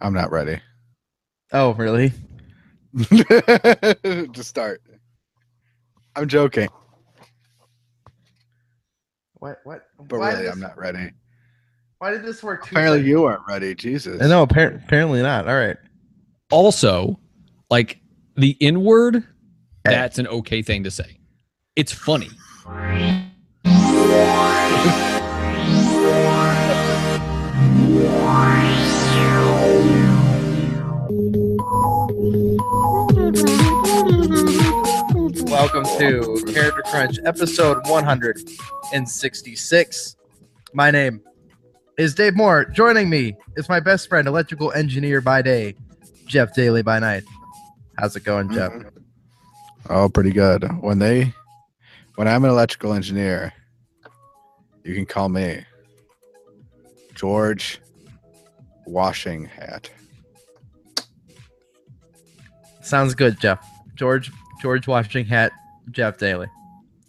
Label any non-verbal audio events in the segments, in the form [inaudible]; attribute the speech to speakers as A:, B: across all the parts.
A: I'm not ready [laughs]
B: Oh, really?
A: to start. I'm joking,
B: What? What?
A: but
B: why
A: really,
B: did
A: I'm
B: this-
A: not ready.
B: Why did this work? two
A: Apparently,
B: seconds?
A: you aren't ready. Jesus.
B: No, appar- apparently not. All right.
C: Also, like the N word, that's an okay thing to say. It's funny.
B: Welcome to Character Crunch, episode 166. My name is Dave Moore. Joining me is my best friend, electrical engineer by day, Jeff Daly by night. How's it going, Jeff?
A: Mm-hmm. Oh, pretty good. When they, when I'm an electrical engineer, you can call me George Washing Hat.
B: Sounds good, Jeff. George George Washington Hat, Jeff Daly.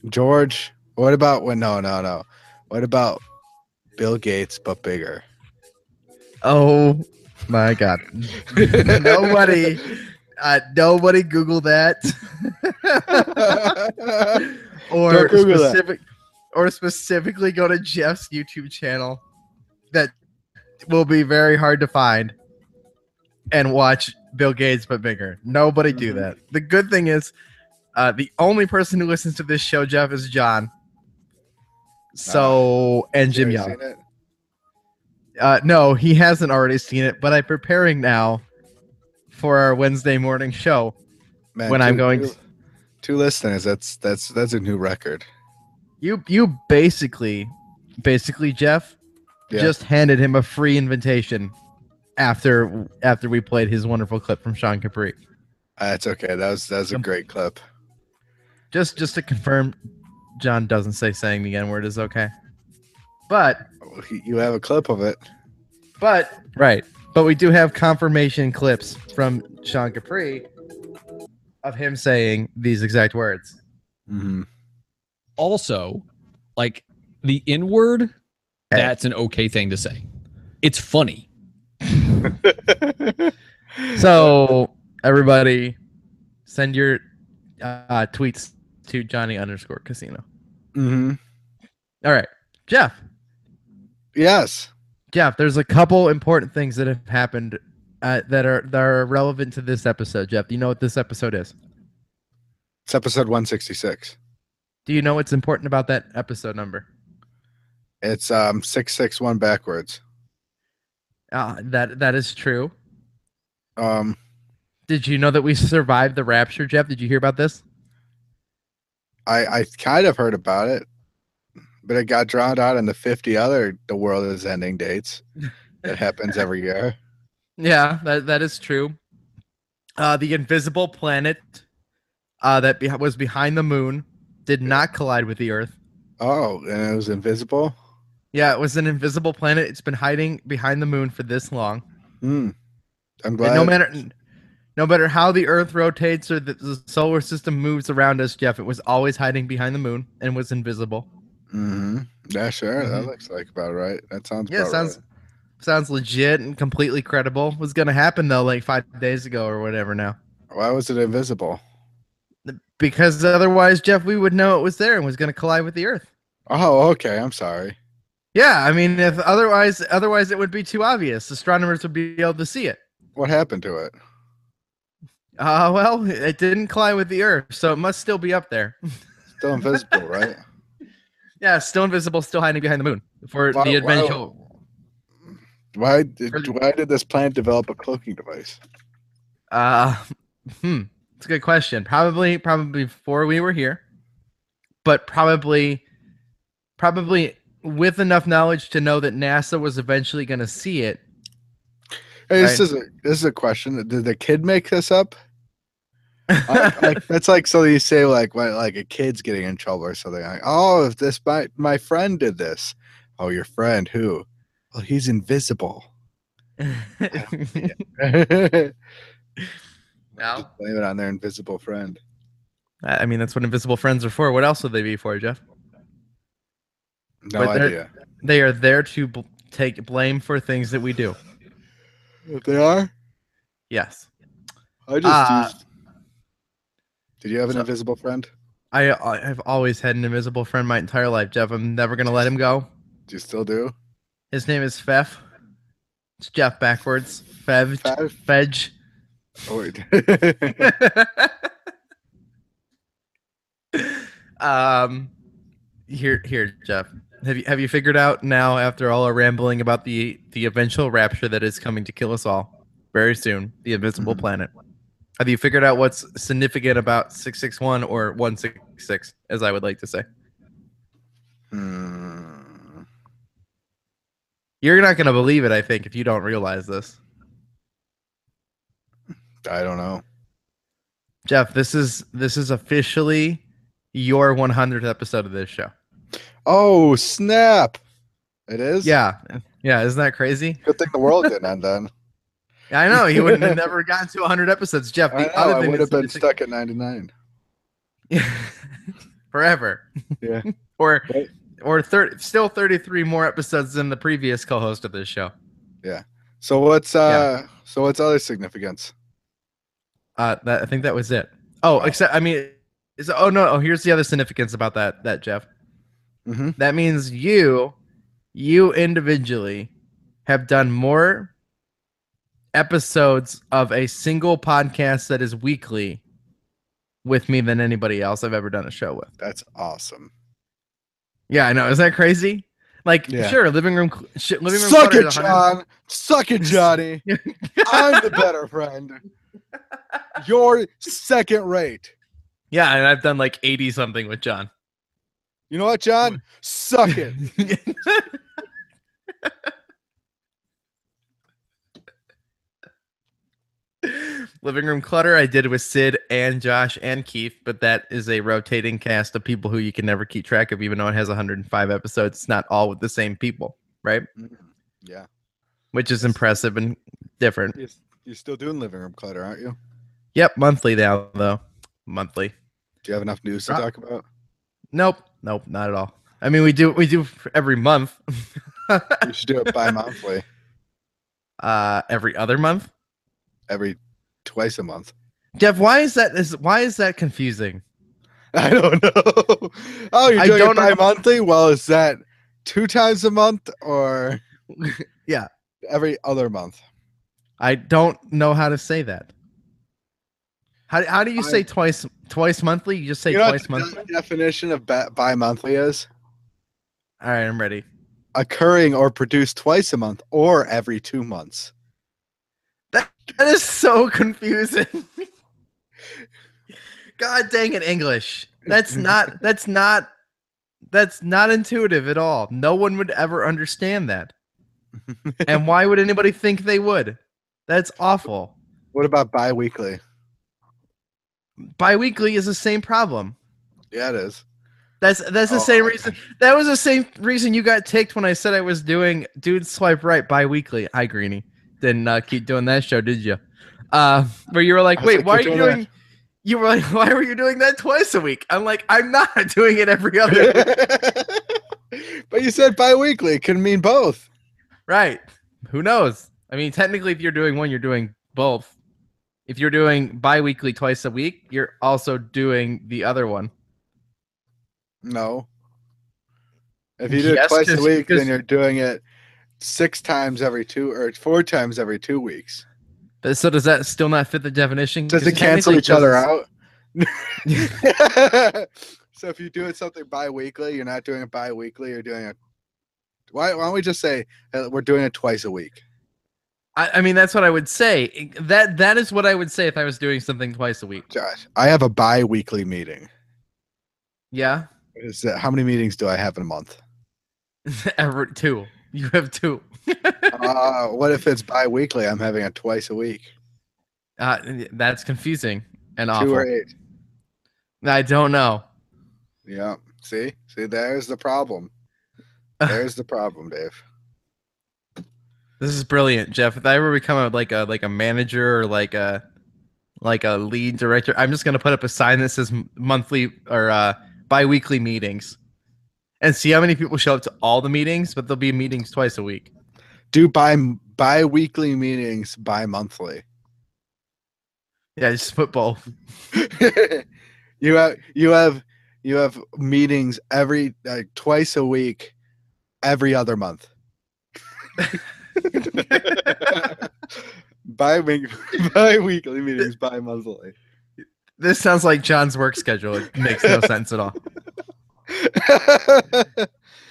A: George. What about when? No, no, no. What about Bill Gates but bigger?
B: Oh my god. [laughs]
A: [laughs]
B: nobody uh, nobody Google [laughs] that. or
A: Don't Google that.
B: specific, or specifically go to Jeff's YouTube channel that will be very hard to find and watch Bill Gates but bigger. Nobody do
A: Mhm.
B: that. The good thing is uh, the only person who listens to this show, Jeff, is John. So and Jim
A: You
B: Young.
A: ever seen it?
B: Uh, no, he hasn't already seen it, but I'm preparing now for our Wednesday morning show.
A: Man,
B: When I'm going-
A: two, two listeners. That's that's that's a new record.
B: You you basically basically Jeff
A: Yeah.
B: just handed him a free invitation after after we played his wonderful clip from Sean Capri.
A: That's Ah, okay. That was that was a
B: Um,
A: great clip.
B: Just just to confirm, John doesn't say saying the N word is okay. But
A: Oh, You have a clip of it.
B: but right. But we do have confirmation clips from Sean Capri of him saying these exact words.
A: Mm-hmm.
C: Also, like the N word, that's an okay thing to say. It's funny.
B: So everybody send your uh, tweets to Johnny underscore casino.
A: Mm-hmm.
B: All right. Jeff,
A: Yes.
B: Jeff, there's a couple important things that have happened uh, that are that are relevant to this episode. Jeff, do you know what this episode is?
A: It's episode 166.
B: Do you know what's important about that episode number?
A: It's um 661 backwards.
B: Uh, that that is true.
A: Um
B: Did you know that we survived the rapture, Jeff? Did you hear about this?
A: I I kind of heard about it, but it got drowned out in the 50 other the world is ending dates. That happens every
B: [laughs]
A: year.
B: Yeah, that that is true. Uh, the invisible planet uh, that beh was behind the moon did not collide with the Earth.
A: Oh, and it was invisible.
B: Yeah, it was an invisible planet. It's been hiding behind the moon for this long.
A: Hmm. I'm
B: And
A: glad.
B: no matter no matter how the earth rotates or the, the solar system moves around us jeff it was always hiding behind the moon and was invisible
A: hmm Yeah, sure. That
B: Mhm.
A: looks like about right. That sounds
B: yeah
A: about
B: sounds
A: right.
B: sounds legit and completely credible was gonna happen though like five days ago or whatever now
A: Why was it invisible?
B: because otherwise jeff we would know it was there and was gonna collide with the earth
A: Oh, okay. I'm sorry.
B: yeah i mean if otherwise otherwise it would be too obvious astronomers would be able to see it
A: What happened to it?
B: uh well it didn't collide with the earth so it must still be up there [laughs]
A: Still invisible, right?
B: yeah still invisible still hiding behind the moon for
A: Why-
B: the
A: why-
B: adventure
A: Why
B: For
A: did
B: the-
A: why did this plant develop a cloaking device?
B: Uh, hmm. It's a good question. Probably, probably before we were here, but probably, probably with enough knowledge to know that NASA was eventually going to see it.
A: Hey, this
B: Right.
A: is a this is a question. Did the kid make this up?
B: [laughs]
A: like, [laughs] like, that's like so you say like when like a kid's getting in trouble or something. Like, oh, if this my my friend did this. Oh, your friend who? Well, he's invisible. [laughs] I
B: no,
A: Just blame it on their invisible friend.
B: I I mean that's what invisible friends are for. What else would they be for, Jeff?
A: No
B: But they're-
A: idea.
B: They are there to bl- take blame for things that we do.
A: If they are,
B: Yes.
A: I just
B: Uh,
A: used. Did you have an
B: so-
A: invisible friend?
B: I I- I've always had an invisible friend my entire life, Jeff. I'm never gonna let him go.
A: Do you still do?
B: His name is Fef. It's Jeff backwards. Fev.
A: Five.
B: Fedge.
A: Oh, wait. [laughs]
B: [laughs] um here here jeff have you have you figured out now after all our rambling about the the eventual rapture that is coming to kill us all very soon the invisible
A: Mhm.
B: planet have you figured out what's significant about 661 or 166 as i would like to say
A: Hmm.
B: you're not going to believe it i think if you don't realize this
A: I don't know.
B: jeff this is this is officially your 100th episode of this show
A: Oh snap! It is.
B: yeah yeah isn't that crazy
A: Good thing the world didn't end then.
B: I know you
A: [laughs]
B: wouldn't have never gotten to 100 episodes, Jeff. [laughs] The
A: I know.
B: other
A: I
B: thing
A: would have been
B: that's
A: stuck at ninety nine.
B: [laughs] forever.
A: Yeah.
B: [laughs] or
A: Right.
B: or thir- still 33 more episodes than the previous co-host of this show.
A: So what's uh? So what's other significance?
B: Uh, that, I think that was it. Oh, except I mean, is oh no, oh here's the other significance about that that Jeff.
A: Mm-hmm.
B: That means you, you individually, have done more episodes of a single podcast that is weekly with me than anybody else I've ever done a show with.
A: That's awesome.
B: Yeah, I know. Is that crazy? Like,
A: Yeah.
B: sure, living room, cl- sh- living room.
A: Suck
B: clutter
A: it,
B: is 100
A: John. Suck it,
B: [laughs]
A: Johnny. I'm the better friend. You're second rate.
B: Yeah, and I've done like eighty something
A: [laughs]
B: with John.
A: You know what, John? Suck it.
B: living room clutter. I did with Sid and Josh and Keith, but that is a rotating cast of people who you can never keep track of, even though it has 105 episodes. It's not all with the same people, right?
A: Yeah.
B: Which is impressive and different.
A: You're, you're still doing living room clutter, aren't you?
B: Yep, monthly now though. Monthly.
A: Do you have enough news to
B: Uh,
A: talk about?
B: Nope, nope, not at all. I mean, we do we do f- every month, [laughs]
A: We should do it bi monthly,
B: uh, every other month.
A: [laughs] every twice a month. [laughs]
B: Jeff, why is that? Is why is that confusing?
A: I don't know. [laughs] Oh, you're
B: I
A: doing it
B: don't
A: bi
B: know.
A: monthly? Well, is that two times a month or?
B: [laughs] Yeah.
A: Every other month.
B: I don't know how to say that. How, how do you
A: I-
B: say twice twice monthly? You just say
A: you know
B: twice
A: what the
B: monthly.
A: definition of bi monthly is?
B: All right, I'm ready.
A: occurring or produced twice a month or every two months.
B: That is so confusing. [laughs] God dang it, English. That's not that's not that's not intuitive at all. No one would ever
A: [laughs]
B: understand that. and why would anybody think they would? That's awful.
A: What about bi weekly?
B: Biweekly is the same problem.
A: Yeah, it is.
B: That's that's the
A: Oh,
B: same
A: I-
B: reason. That was the same reason you got ticked when I said I was doing dude swipe right biweekly. Hi, Greeny. Didn't uh, keep doing that show, did you? Uh, where you were like,
A: I was
B: wait,
A: like,
B: why are
A: "Keep
B: you
A: doing
B: doing? You were like, why were you doing that twice a week? I'm like, I'm not [laughs] doing it every other.
A: [laughs]
B: week."
A: [laughs] but you said bi weekly. It can mean both.
B: right? Who knows? I mean, technically, if you're doing one, you're doing both. If you're doing biweekly twice a week, you're also doing the other one.
A: No. If you do it
B: Yes,
A: twice a
B: 'cause-
A: week, then
B: 'cause-
A: you're doing it six times every two or four times every two weeks.
B: But so does that still not fit the definition?
A: Does
B: 'Cause
A: it cancel
B: technically
A: each other
B: doesn't-
A: out?
B: [laughs]
A: [laughs] so if you do it something bi-weekly, you're not doing it bi-weekly. You're doing it. Why, why don't we just say uh, we're doing it twice a week?
B: I, I mean, that's what I would say. I- That that is what I would say if I was doing something twice a week.
A: Josh, I have a bi-weekly meeting.
B: Yeah, [laughs]
A: Is that, how many meetings do I have in a month?
B: Everett, two. You have two.
A: uh, what if it's bi-weekly? I'm having it twice a week.
B: Uh, that's confusing and
A: Two or
B: awful.
A: eight.
B: I don't know.
A: Yeah. See, see, there's the problem. There's the problem, Dave.
B: This is brilliant, Jeff. If I ever become a, like a like a manager or like a like a lead director, I'm just gonna put up a sign that says m- monthly or uh, biweekly meetings, and see how many people show up to all the meetings. But there'll be meetings twice a week.
A: Do bi bi-weekly meetings bi-monthly. [laughs]
B: Yeah, just put both.
A: you have you have you have meetings every like twice a week, every other month. [laughs] Bi bi weekly meetings bi monthly.
B: This sounds like John's work schedule. It
A: [laughs]
B: makes no sense at all.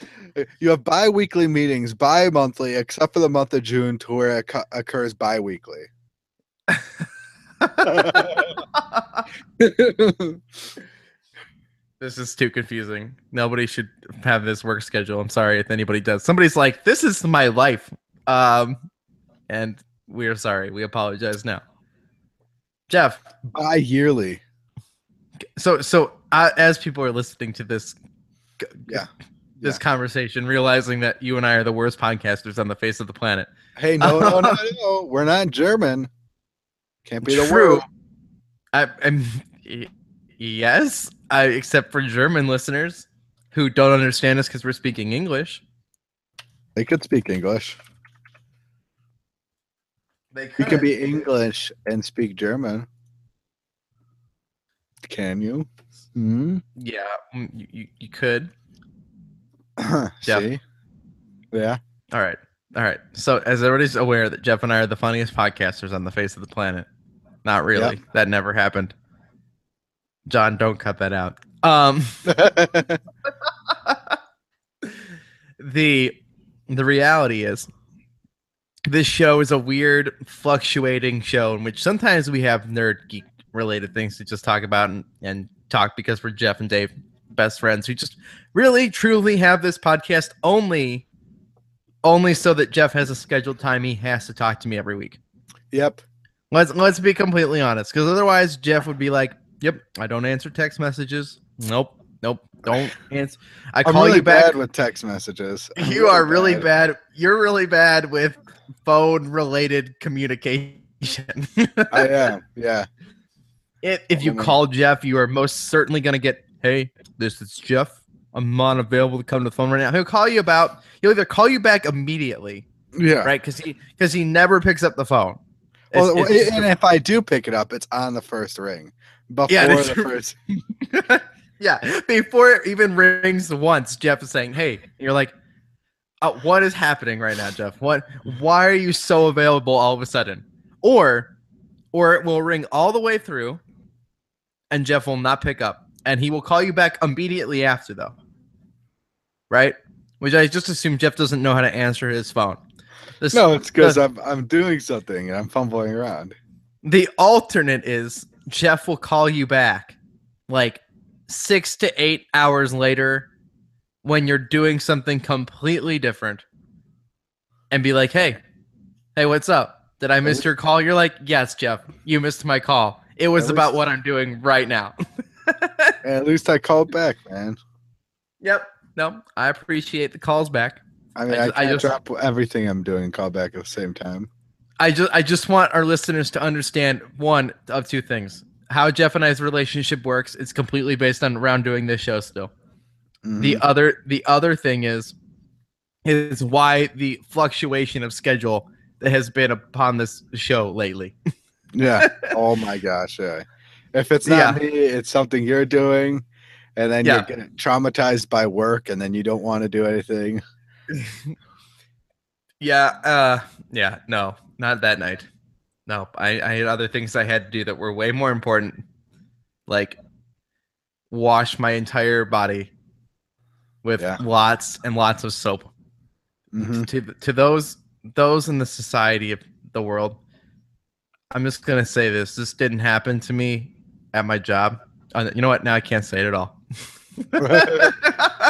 A: [laughs] you have bi weekly meetings bi monthly, except for the month of June, to where it co- occurs bi
B: [laughs]
A: weekly.
B: This is too confusing. Nobody should have this work schedule. I'm sorry if anybody does. Somebody's like, "This is my life," um, and we are sorry. We apologize now. Jeff,
A: bi yearly.
B: so so uh, as people are listening to this, g-
A: Yeah.
B: this
A: Yeah.
B: conversation, realizing that you and I are the worst podcasters on the face of the planet.
A: Hey, no, no,
B: [laughs]
A: no, no. We're not German. Can't be the
B: True.
A: word.
B: I, I'm y- yes, I, except for German listeners who don't understand us because we're speaking English.
A: They could speak English.
B: They
A: You can
B: [laughs]
A: be English and speak German. Can you? Hmm? [clears throat]
B: Yeah, mm, you, you, you could. Yeah.
A: See?
B: [laughs]
A: Yeah. [laughs]
B: All right. All right. So, as everybody's aware, that Jeff and I are the funniest podcasters on the face of the planet. Not really. That never happened. John, don't cut that out. Um, the the reality is, this show is a weird, fluctuating show in which sometimes we have nerd geek related things to just talk about and, and talk because we're Jeff and Dave best friends who just really truly have this podcast only only so that Jeff has a scheduled time he has to talk to me every week.
A: yep.
B: Let's let's be completely honest, because otherwise Jeff would be like, "Yep, I don't answer text messages. Nope, nope,
A: [sighs]
B: don't answer. I
A: I'm
B: call
A: really
B: you back.
A: bad with text messages. I'm
B: [laughs] you are really bad. You're really bad with phone related
A: [laughs]
B: communication. [laughs]
A: I am. Yeah.
B: if, if you
A: Oh my-
B: call Jeff, you are most certainly going to get, hey, this is Jeff. I'm not available to come to the phone right now. He'll call you about. He'll either call you back immediately,
A: Yeah.
B: right? Because he because he never picks up the phone. It's-
A: well,
B: it's just-
A: and if I do pick it up, it's on the first ring. Before
B: Yeah,
A: the
B: that's true.
A: first.
B: yeah, before it even rings once, Jeff is saying, "Hey," And you're like, uh, "What is happening right now, Jeff? What? Why are you so available all of a sudden?" Or, or it will ring all the way through, and Jeff will not pick up, and he will call you back immediately after, though. Right? Which I just assume Jeff doesn't know how to answer his phone. This,
A: No, it's because I'm, I'm doing something and I'm fumbling around.
B: the alternate is Jeff will call you back like six to eight hours later when you're doing something completely different and be like, hey, hey, what's up? Did I miss your call? You're like, yes, Jeff, you missed my call. It was
A: At
B: about
A: least-
B: what I'm doing right now. [laughs]
A: And at least I called back, man.
B: yep. No, I appreciate the calls back.
A: I mean,
B: I
A: I,
B: ju- I
A: can't
B: just-
A: drop everything I'm doing and call back at the same time.
B: I just I just want our listeners to understand one of two things. How Jeff and I's relationship works, it's completely based on around doing this show still.
A: Mhm.
B: The other the other thing is is why the fluctuation of schedule that has been upon this show lately. [laughs]
A: Yeah. Oh my gosh. Yeah. If it's not me, it's something you're doing, and then
B: Yeah.
A: you're getting traumatized by work, and then you don't want to do anything.
B: Yeah, uh yeah, no, not that night. No, I, I had other things I had to do that were way more important. Like wash my entire body with
A: Yeah.
B: lots and lots of soap.
A: Mhm.
B: Mm-hmm. to th- to those those in the society of the world i'm just gonna say this this didn't happen to me at my job Uh, you know what now i can't say it at all [laughs]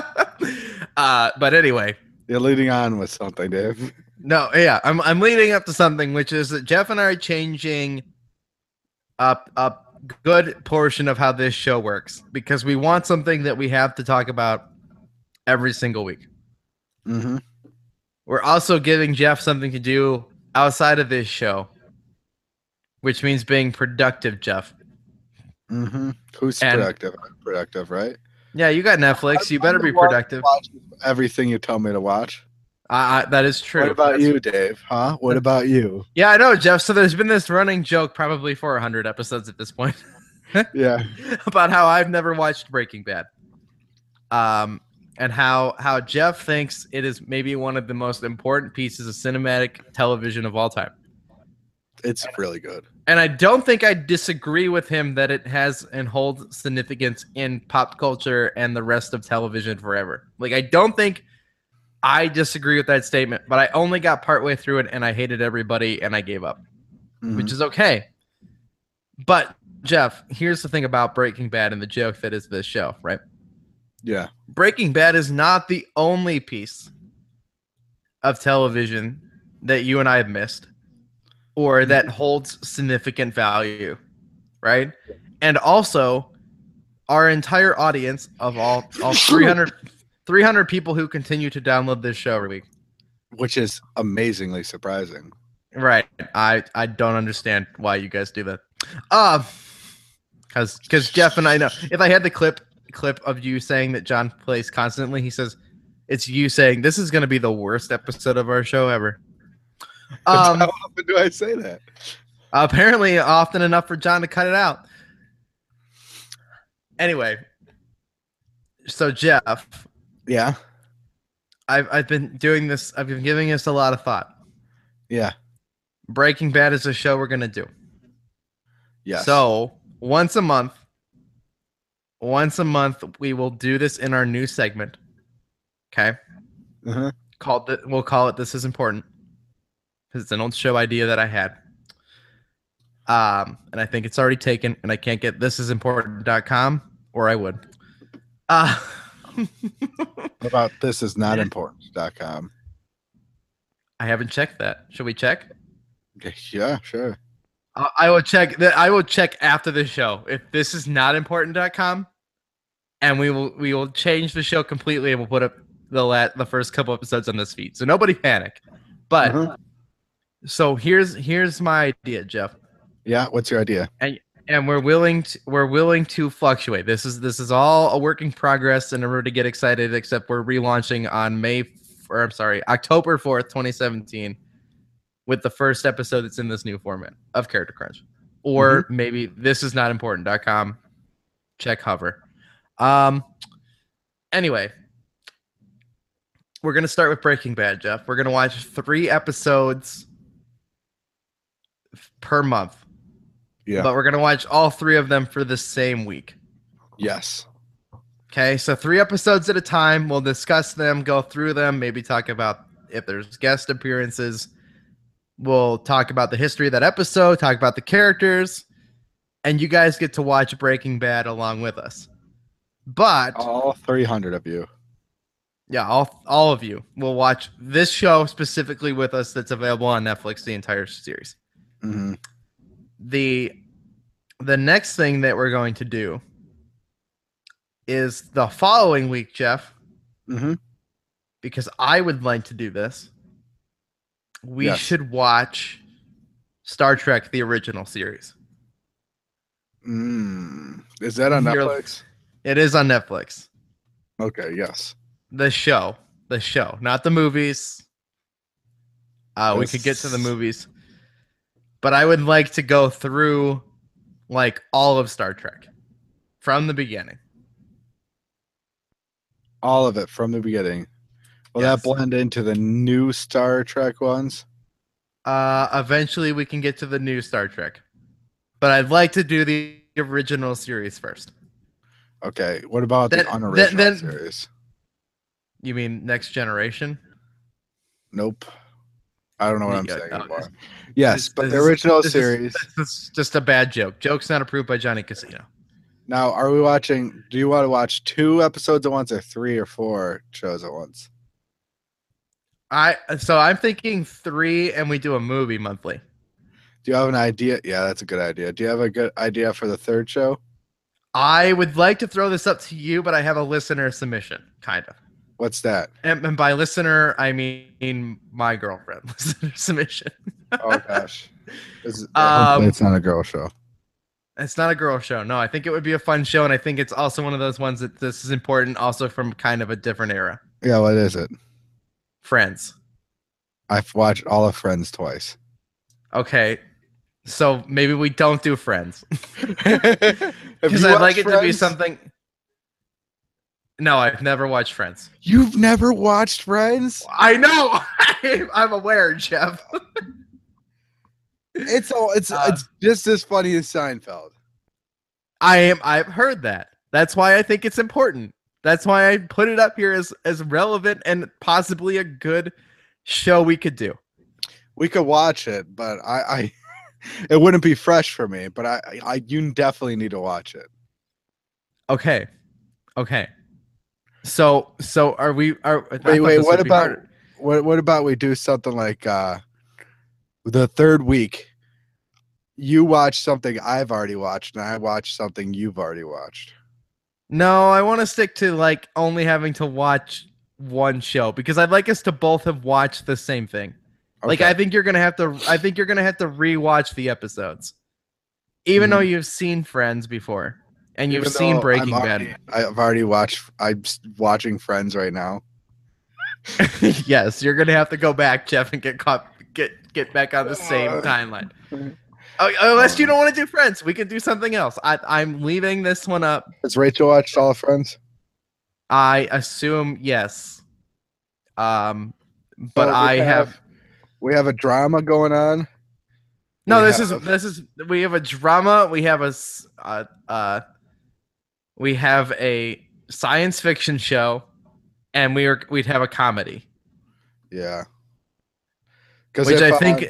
B: uh, but anyway
A: You're leading on with something, Dave.
B: no yeah I'm, I'm leading up to something which is that jeff and i are changing up a good portion of how this show works because we want something that we have to talk about every single week
A: hmm
B: We're also giving Jeff something to do outside of this show, which means being productive, Jeff.
A: hmm Who's
B: And-
A: productive? I'm productive, right?
B: Yeah, you got Netflix. You better be
A: I'm the one
B: productive.
A: Watch everything you tell me to watch.
B: I, I, that is true.
A: What about
B: That's-
A: you, Dave? Huh? What about you?
B: Yeah, I know, Jeff. So there's been this running joke probably for 100 episodes at this point [laughs]
A: Yeah.
B: about how I've never watched Breaking Bad. Um, and how how Jeff thinks it is maybe one of the most important pieces of cinematic television of all time.
A: It's really good.
B: And I don't think I disagree with him that it has and holds significance in pop culture and the rest of television forever. Like I don't think I disagree with that statement, but I only got partway through it and I hated everybody and I gave up
A: Mm-hmm.
B: which is okay. But Jeff, here's the thing about Breaking Bad and the joke that is this show, right?
A: Yeah.
B: Breaking Bad is not the only piece of television that you and I have missed or that holds significant value, right? And also our entire audience of all all 300 300 people who continue to download this show every week.
A: Which is amazingly surprising. [laughs]
B: Right. I I don't understand why you guys do that. Uh cuz cuz Jeff and I know. If I had the clip clip of you saying that John plays constantly, he says it's you saying this is going to be the worst episode of our show ever. Um
A: How [laughs] often do I say that?
B: apparently often enough for John to cut it out. Anyway, so Jeff,
A: Yeah.
B: I've I've been doing this. I've been giving this a lot of thought.
A: Yeah.
B: Breaking Bad is a show we're gonna do.
A: Yes.
B: So once a month, once a month, we will do this in our new segment. Okay.
A: Uh-huh.
B: Called the, we'll call it This is Important. Because it's an old show idea that I had. Um, and I think it's already taken, and I can't get thisisimportant.com, or I would. Uh [laughs]
A: What about this is not important.com?
B: I haven't checked that. Should we check?
A: Yeah, sure.
B: I I will check that. I will check after the show if this is not important.com, and we will we will change the show completely and we'll put up the la- the first couple episodes on this feed. So nobody panic. But
A: Uh-huh.
B: so here's here's my idea, Jeff.
A: Yeah. What's your idea?
B: And we're willing to we're willing to fluctuate. This is this is all a work in progress, and everybody get excited. Except we're relaunching on May f- or I'm sorry October fourth, 2017, with the first episode that's in this new format of Character Crunch, or maybe this is not important.com. Check hover. Um. Anyway, we're gonna start with Breaking Bad, Jeff. We're gonna watch three episodes f- per month.
A: Yeah.
B: But we're gonna watch all three of them for the same week.
A: Yes.
B: Okay, so three episodes at a time. We'll discuss them, go through them, maybe talk about if there's guest appearances. We'll talk about the history of that episode, talk about the characters, and you guys get to watch Breaking Bad along with us. But
A: All 300 of you.
B: yeah, all all of you will watch this show specifically with us. That's available on Netflix, the entire series.
A: hmm
B: the the next thing that we're going to do is the following week, Jeff,
A: hmm
B: because I would like to do this. We
A: Yes.
B: should watch Star Trek the original series.
A: Mm. Is that on
B: You're-
A: Netflix?
B: It is on Netflix.
A: Okay. Yes.
B: The show, the show, not the movies. Uh, we could get to the
A: Yes.
B: movies, but I would like to go through like all of Star Trek from the beginning.
A: All of it from the beginning. Will
B: Yes.
A: that blend into the new Star Trek ones?
B: Uh, eventually we can get to the new Star Trek, but I'd like to do the original series first.
A: Okay. What about
B: Then-
A: the
B: then-
A: unoriginal
B: then-
A: series?
B: You mean Next Generation?
A: Nope. I don't know what I'm
B: Yeah,
A: saying
B: no,
A: anymore.
B: this-
A: Yes,
B: this-
A: but the
B: this is-
A: original
B: this is-
A: series.
B: That's just a bad joke. Joke's not approved by Johnny Casino.
A: Now, are we watching? Do you want to watch two episodes at once, or three or four shows at once?
B: I so I'm thinking three, and we do a movie monthly.
A: Do you have an idea? Yeah, that's a good idea. Do you have a good idea for the third show?
B: I would like to throw this up to you, but I have a listener submission, kind of.
A: What's that?
B: And, and by listener, I mean my girlfriend [laughs] listener submission.
A: Oh
B: [laughs]
A: gosh, This is-
B: Um,
A: it's not a girl show.
B: It's not a girl show. No, I think it would be a fun show, and I think it's also one of those ones that this is important, also from kind of a different era.
A: Yeah, what is it?
B: Friends.
A: I've watched all of Friends twice.
B: Okay. So maybe we don't do friends.
A: [laughs] Because
B: [laughs] Because I'd like it to be something. No, I've never watched Friends.
A: You've never watched Friends?
B: I know. [laughs] I'm aware, Jeff.
A: It's all it's
B: Uh,
A: it's just as funny as Seinfeld.
B: I am. I've heard that. That's why I think it's important. That's why I put it up here as as relevant and possibly a good show we could do.
A: We could watch it, but I, [laughs] I it wouldn't be fresh for me. But I, I you definitely need to watch it.
B: Okay. Okay. So so are we? Are I
A: Wait,
B: thought
A: wait.
B: this
A: What
B: would be
A: about
B: harder.
A: what? What about we do something like uh the third week? You watch something I've already watched, and I watch something you've already watched.
B: No, I want to stick to like only having to watch one show because I'd like us to both have watched the same thing. Like I think you're gonna have to. I think you're gonna have to rewatch the episodes, even though you've seen Friends before and you've
A: Hmm. Even
B: seen
A: though
B: Breaking
A: I'm
B: Bad. [laughs]
A: already- I've already watched. I'm s- watching Friends right now.
B: yes, you're gonna have to go back, Jeff, and get caught. Get get back on the same
A: Uh, [laughs]
B: timeline. Oh, Unless you
A: um,
B: don't want to do Friends, we can do something else. I, I'm leaving this one up.
A: Has Rachel watched all of Friends?
B: I assume yes. Um, but
A: So we
B: I have
A: We have a drama going on.
B: No,
A: we
B: this
A: have.
B: is this is we have a drama. We have a s- uh, uh, we have a science fiction show, and we are we'd have a comedy,
A: Yeah. Because
B: which I think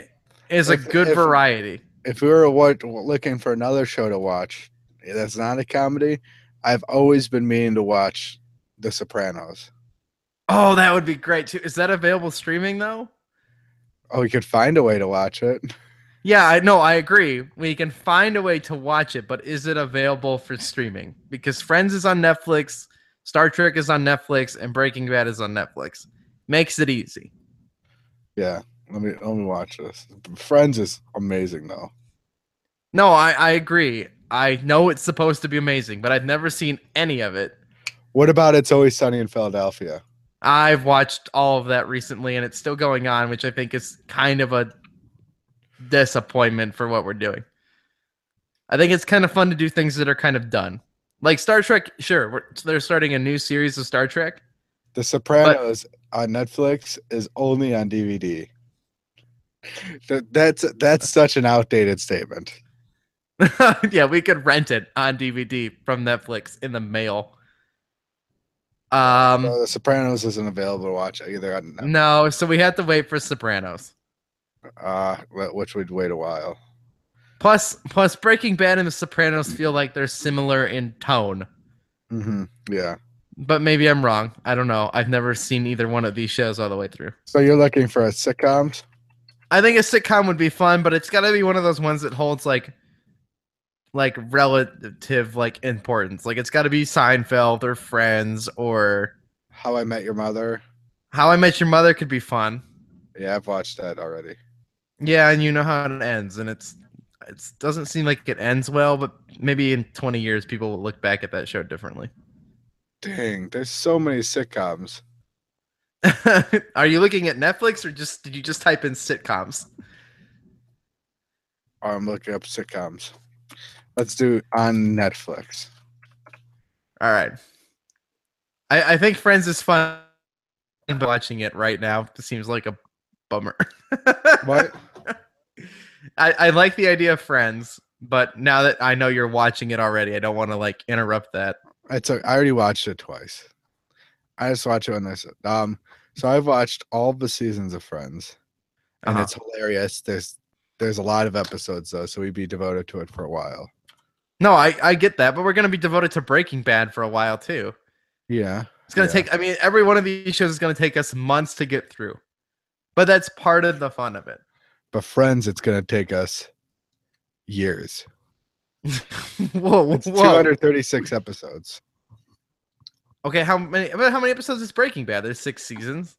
B: is a
A: uh, if-
B: good
A: if-
B: variety.
A: if we were wa- looking for another show to watch that's not a comedy, I've always been meaning to watch The Sopranos.
B: Oh, that would be great too. Is that available streaming though?
A: Oh, we could find a way to watch it. [laughs]
B: Yeah, I know. I agree. We can find a way to watch it, but is it available for streaming? Because Friends is on Netflix, Star Trek is on Netflix, and Breaking Bad is on Netflix. Makes it easy.
A: Yeah. Let me let me watch this. Friends is amazing though.
B: No, I, I agree. I know it's supposed to be amazing, but I've never seen any of it.
A: What about It's Always Sunny in Philadelphia?
B: I've watched all of that recently and it's still going on, which I think is kind of a disappointment for what we're doing. I think it's kind of fun to do things that are kind of done. Like Star Trek, sure, we're, they're starting a new series of Star Trek. [laughs]
A: The Sopranos on Netflix is only on DVD. That, that's that's such an outdated statement.
B: yeah, we could rent it on DVD from Netflix in the mail. Um,
A: So Uh, the Sopranos isn't available to watch either on Netflix.
B: no, so we have to wait for Sopranos.
A: uh wh- which would wait a while
B: Plus, plus, Breaking Bad and The Sopranos feel like they're similar in tone,
A: mm-hmm. yeah
B: but maybe I'm wrong. I don't know. I've never seen either one of these shows all the way through.
A: so you're looking for a sitcoms
B: I think a sitcom would be fun, but it's got to be one of those ones that holds like, like relative like importance. Like it's got to be Seinfeld or Friends or
A: how i met your mother
B: How I Met Your Mother could be fun.
A: yeah i've watched that already
B: Yeah, and you know how it ends, and it's it doesn't seem like it ends well. But maybe in 20 years, people will look back at that show differently.
A: dang there's so many sitcoms
B: [laughs] Are you looking at Netflix or just did you just type in sitcoms?
A: oh, i'm looking up sitcoms let's do on netflix
B: All right. I, I think Friends is fun, but watching it right now seems like a bummer. [laughs]
A: what
B: I, I like the idea of Friends, but now that I know you're watching it already, I don't want to like interrupt that.
A: it's a, [laughs] i already watched it twice i just watch it on this um so i've watched all the seasons of friends and
B: Uh-huh.
A: it's hilarious there's there's a lot of episodes though so we'd be devoted to it for a while
B: No, I, I get that, but we're gonna be devoted to Breaking Bad for a while too.
A: yeah
B: It's gonna
A: Yeah.
B: take I mean every one of these shows is gonna take us months to get through. But that's part of the fun of it. [laughs]
A: but friends it's going to take us
B: [laughs]
A: years
B: whoa,
A: it's 236 episodes
B: Okay, how many? But how many episodes is Breaking Bad? There's six seasons.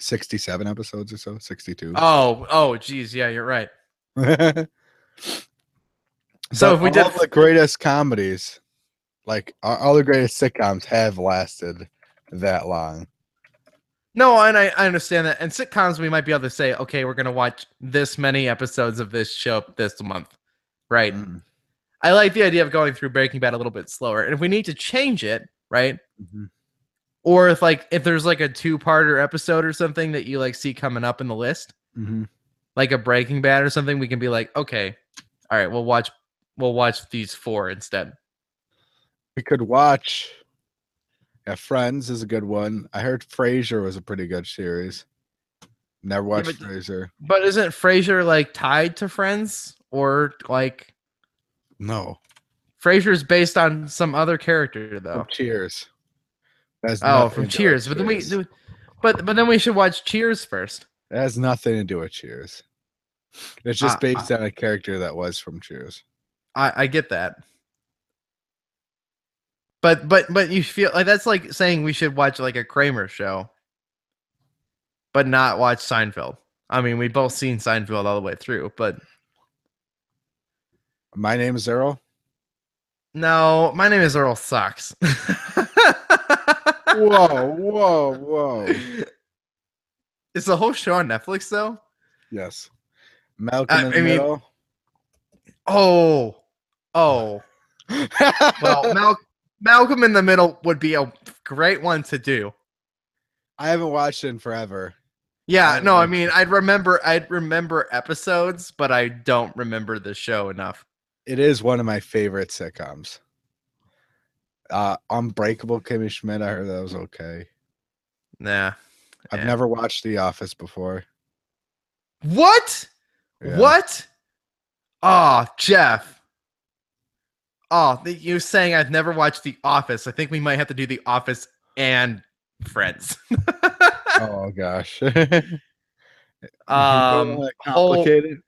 A: 67 episodes or so 62
B: Oh, oh, geez, yeah, you're right.
A: [laughs] But
B: Oh. So if we did,
A: all the greatest comedies like a- all the greatest sitcoms have lasted that long
B: No, and I, I understand that. And sitcoms, we might be able to say, okay, we're gonna watch this many episodes of this show this month, right?
A: Mhm.
B: I like the idea of going through Breaking Bad a little bit slower. And if we need to change it, right?
A: Mhm.
B: Or if like if there's like a two-parter episode or something that you like see coming up in the list,
A: Mhm.
B: like a Breaking Bad or something, we can be like, okay, all right, we'll watch we'll watch these four instead.
A: We could watch. Yeah, Friends is a good one. I heard Frasier was a pretty good series. Never watched
B: but-
A: Frasier.
B: But isn't Frasier like tied to Friends or like
A: No.
B: Frasier's based on some other character though?
A: From Cheers. That's
B: Oh, from Cheers. But then we, but but then we should watch Cheers first.
A: That has nothing to do with Cheers. It's just
B: Uh,
A: based on a character that was from Cheers.
B: I I get that. But but but you feel like that's like saying we should watch like a Kramer show, but not watch Seinfeld. I mean, we both seen Seinfeld all the way through, but
A: My name is
B: [laughs]
A: Earl.
B: no, my name is Earl [laughs] Sucks.
A: Whoa, whoa, whoa.
B: Is the whole show on Netflix though?
A: Yes. Malcolm
B: I-
A: in
B: I
A: the
B: mean-
A: Middle. [laughs]
B: Oh, oh.
A: [laughs]
B: Well, Mal- Malcolm in the Middle would be a great one to do.
A: I haven't watched it in forever.
B: Yeah,
A: I
B: no, I
A: love
B: mean, I'd remember, I'd remember episodes, but I don't remember the show enough.
A: It is one of my favorite sitcoms. Uh, Unbreakable Kimmy Schmidt. I heard that was okay.
B: Nah.
A: I've
B: Yeah.
A: never watched The Office before.
B: What?
A: Yeah.
B: What? Oh, Jeff. Oh, th- you're saying I've never watched The Office. I think we might have to do The Office and
A: [laughs]
B: Friends.
A: Oh gosh. [laughs]
B: um, whole-
A: complicated.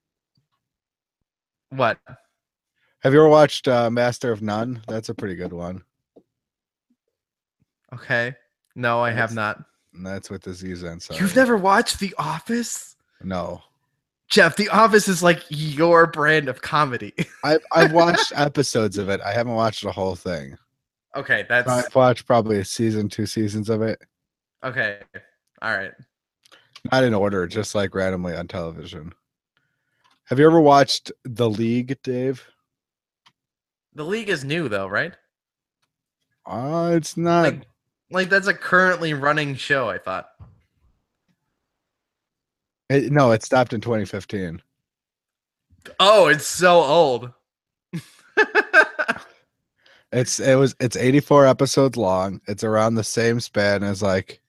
B: what?
A: Have you ever watched uh, Master of None? That's a pretty good one.
B: Okay. No, I have
A: Yes.
B: not.
A: And that's with the Z's inside.
B: You've never watched The Office?
A: No.
B: Jeff, The Office is like your brand of comedy. [laughs]
A: I've I've watched episodes of it. I haven't watched the whole thing.
B: okay, that's
A: I've watched probably a season, two seasons of it.
B: okay. All right.
A: Not in order, just like randomly on television. Have you ever watched The League, Dave?
B: The league is new though, right?
A: Uh, it's not
B: Like, like that's a currently running show, I thought.
A: it- no, it stopped in 2015.
B: Oh, it's so old. [laughs]
A: It's it was it's 84 episodes long. It's around the same span as like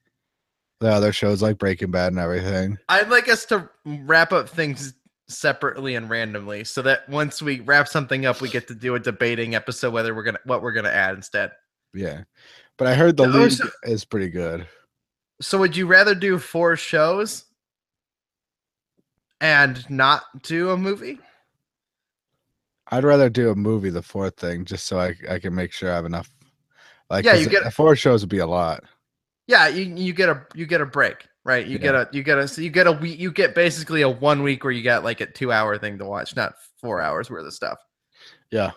A: the other shows like Breaking Bad and everything.
B: I'd like us to wrap up things separately and randomly so that once we wrap something up, we get to do a debating episode whether we're gonna what we're gonna add instead.
A: Yeah. But I heard The
B: No,
A: League
B: so-
A: is pretty good.
B: So would you rather do four shows and not do a movie?
A: I'd rather do a movie, the fourth thing, just so I, I can make sure I have enough. Like,
B: Yeah,
A: 'cause
B: you get-
A: the four shows would be a lot.
B: Yeah, you you get a you get a break, right? You get a you get a so you get a week you get basically a one week where you got like a two hour thing to watch, not four hours worth of stuff.
A: Yeah,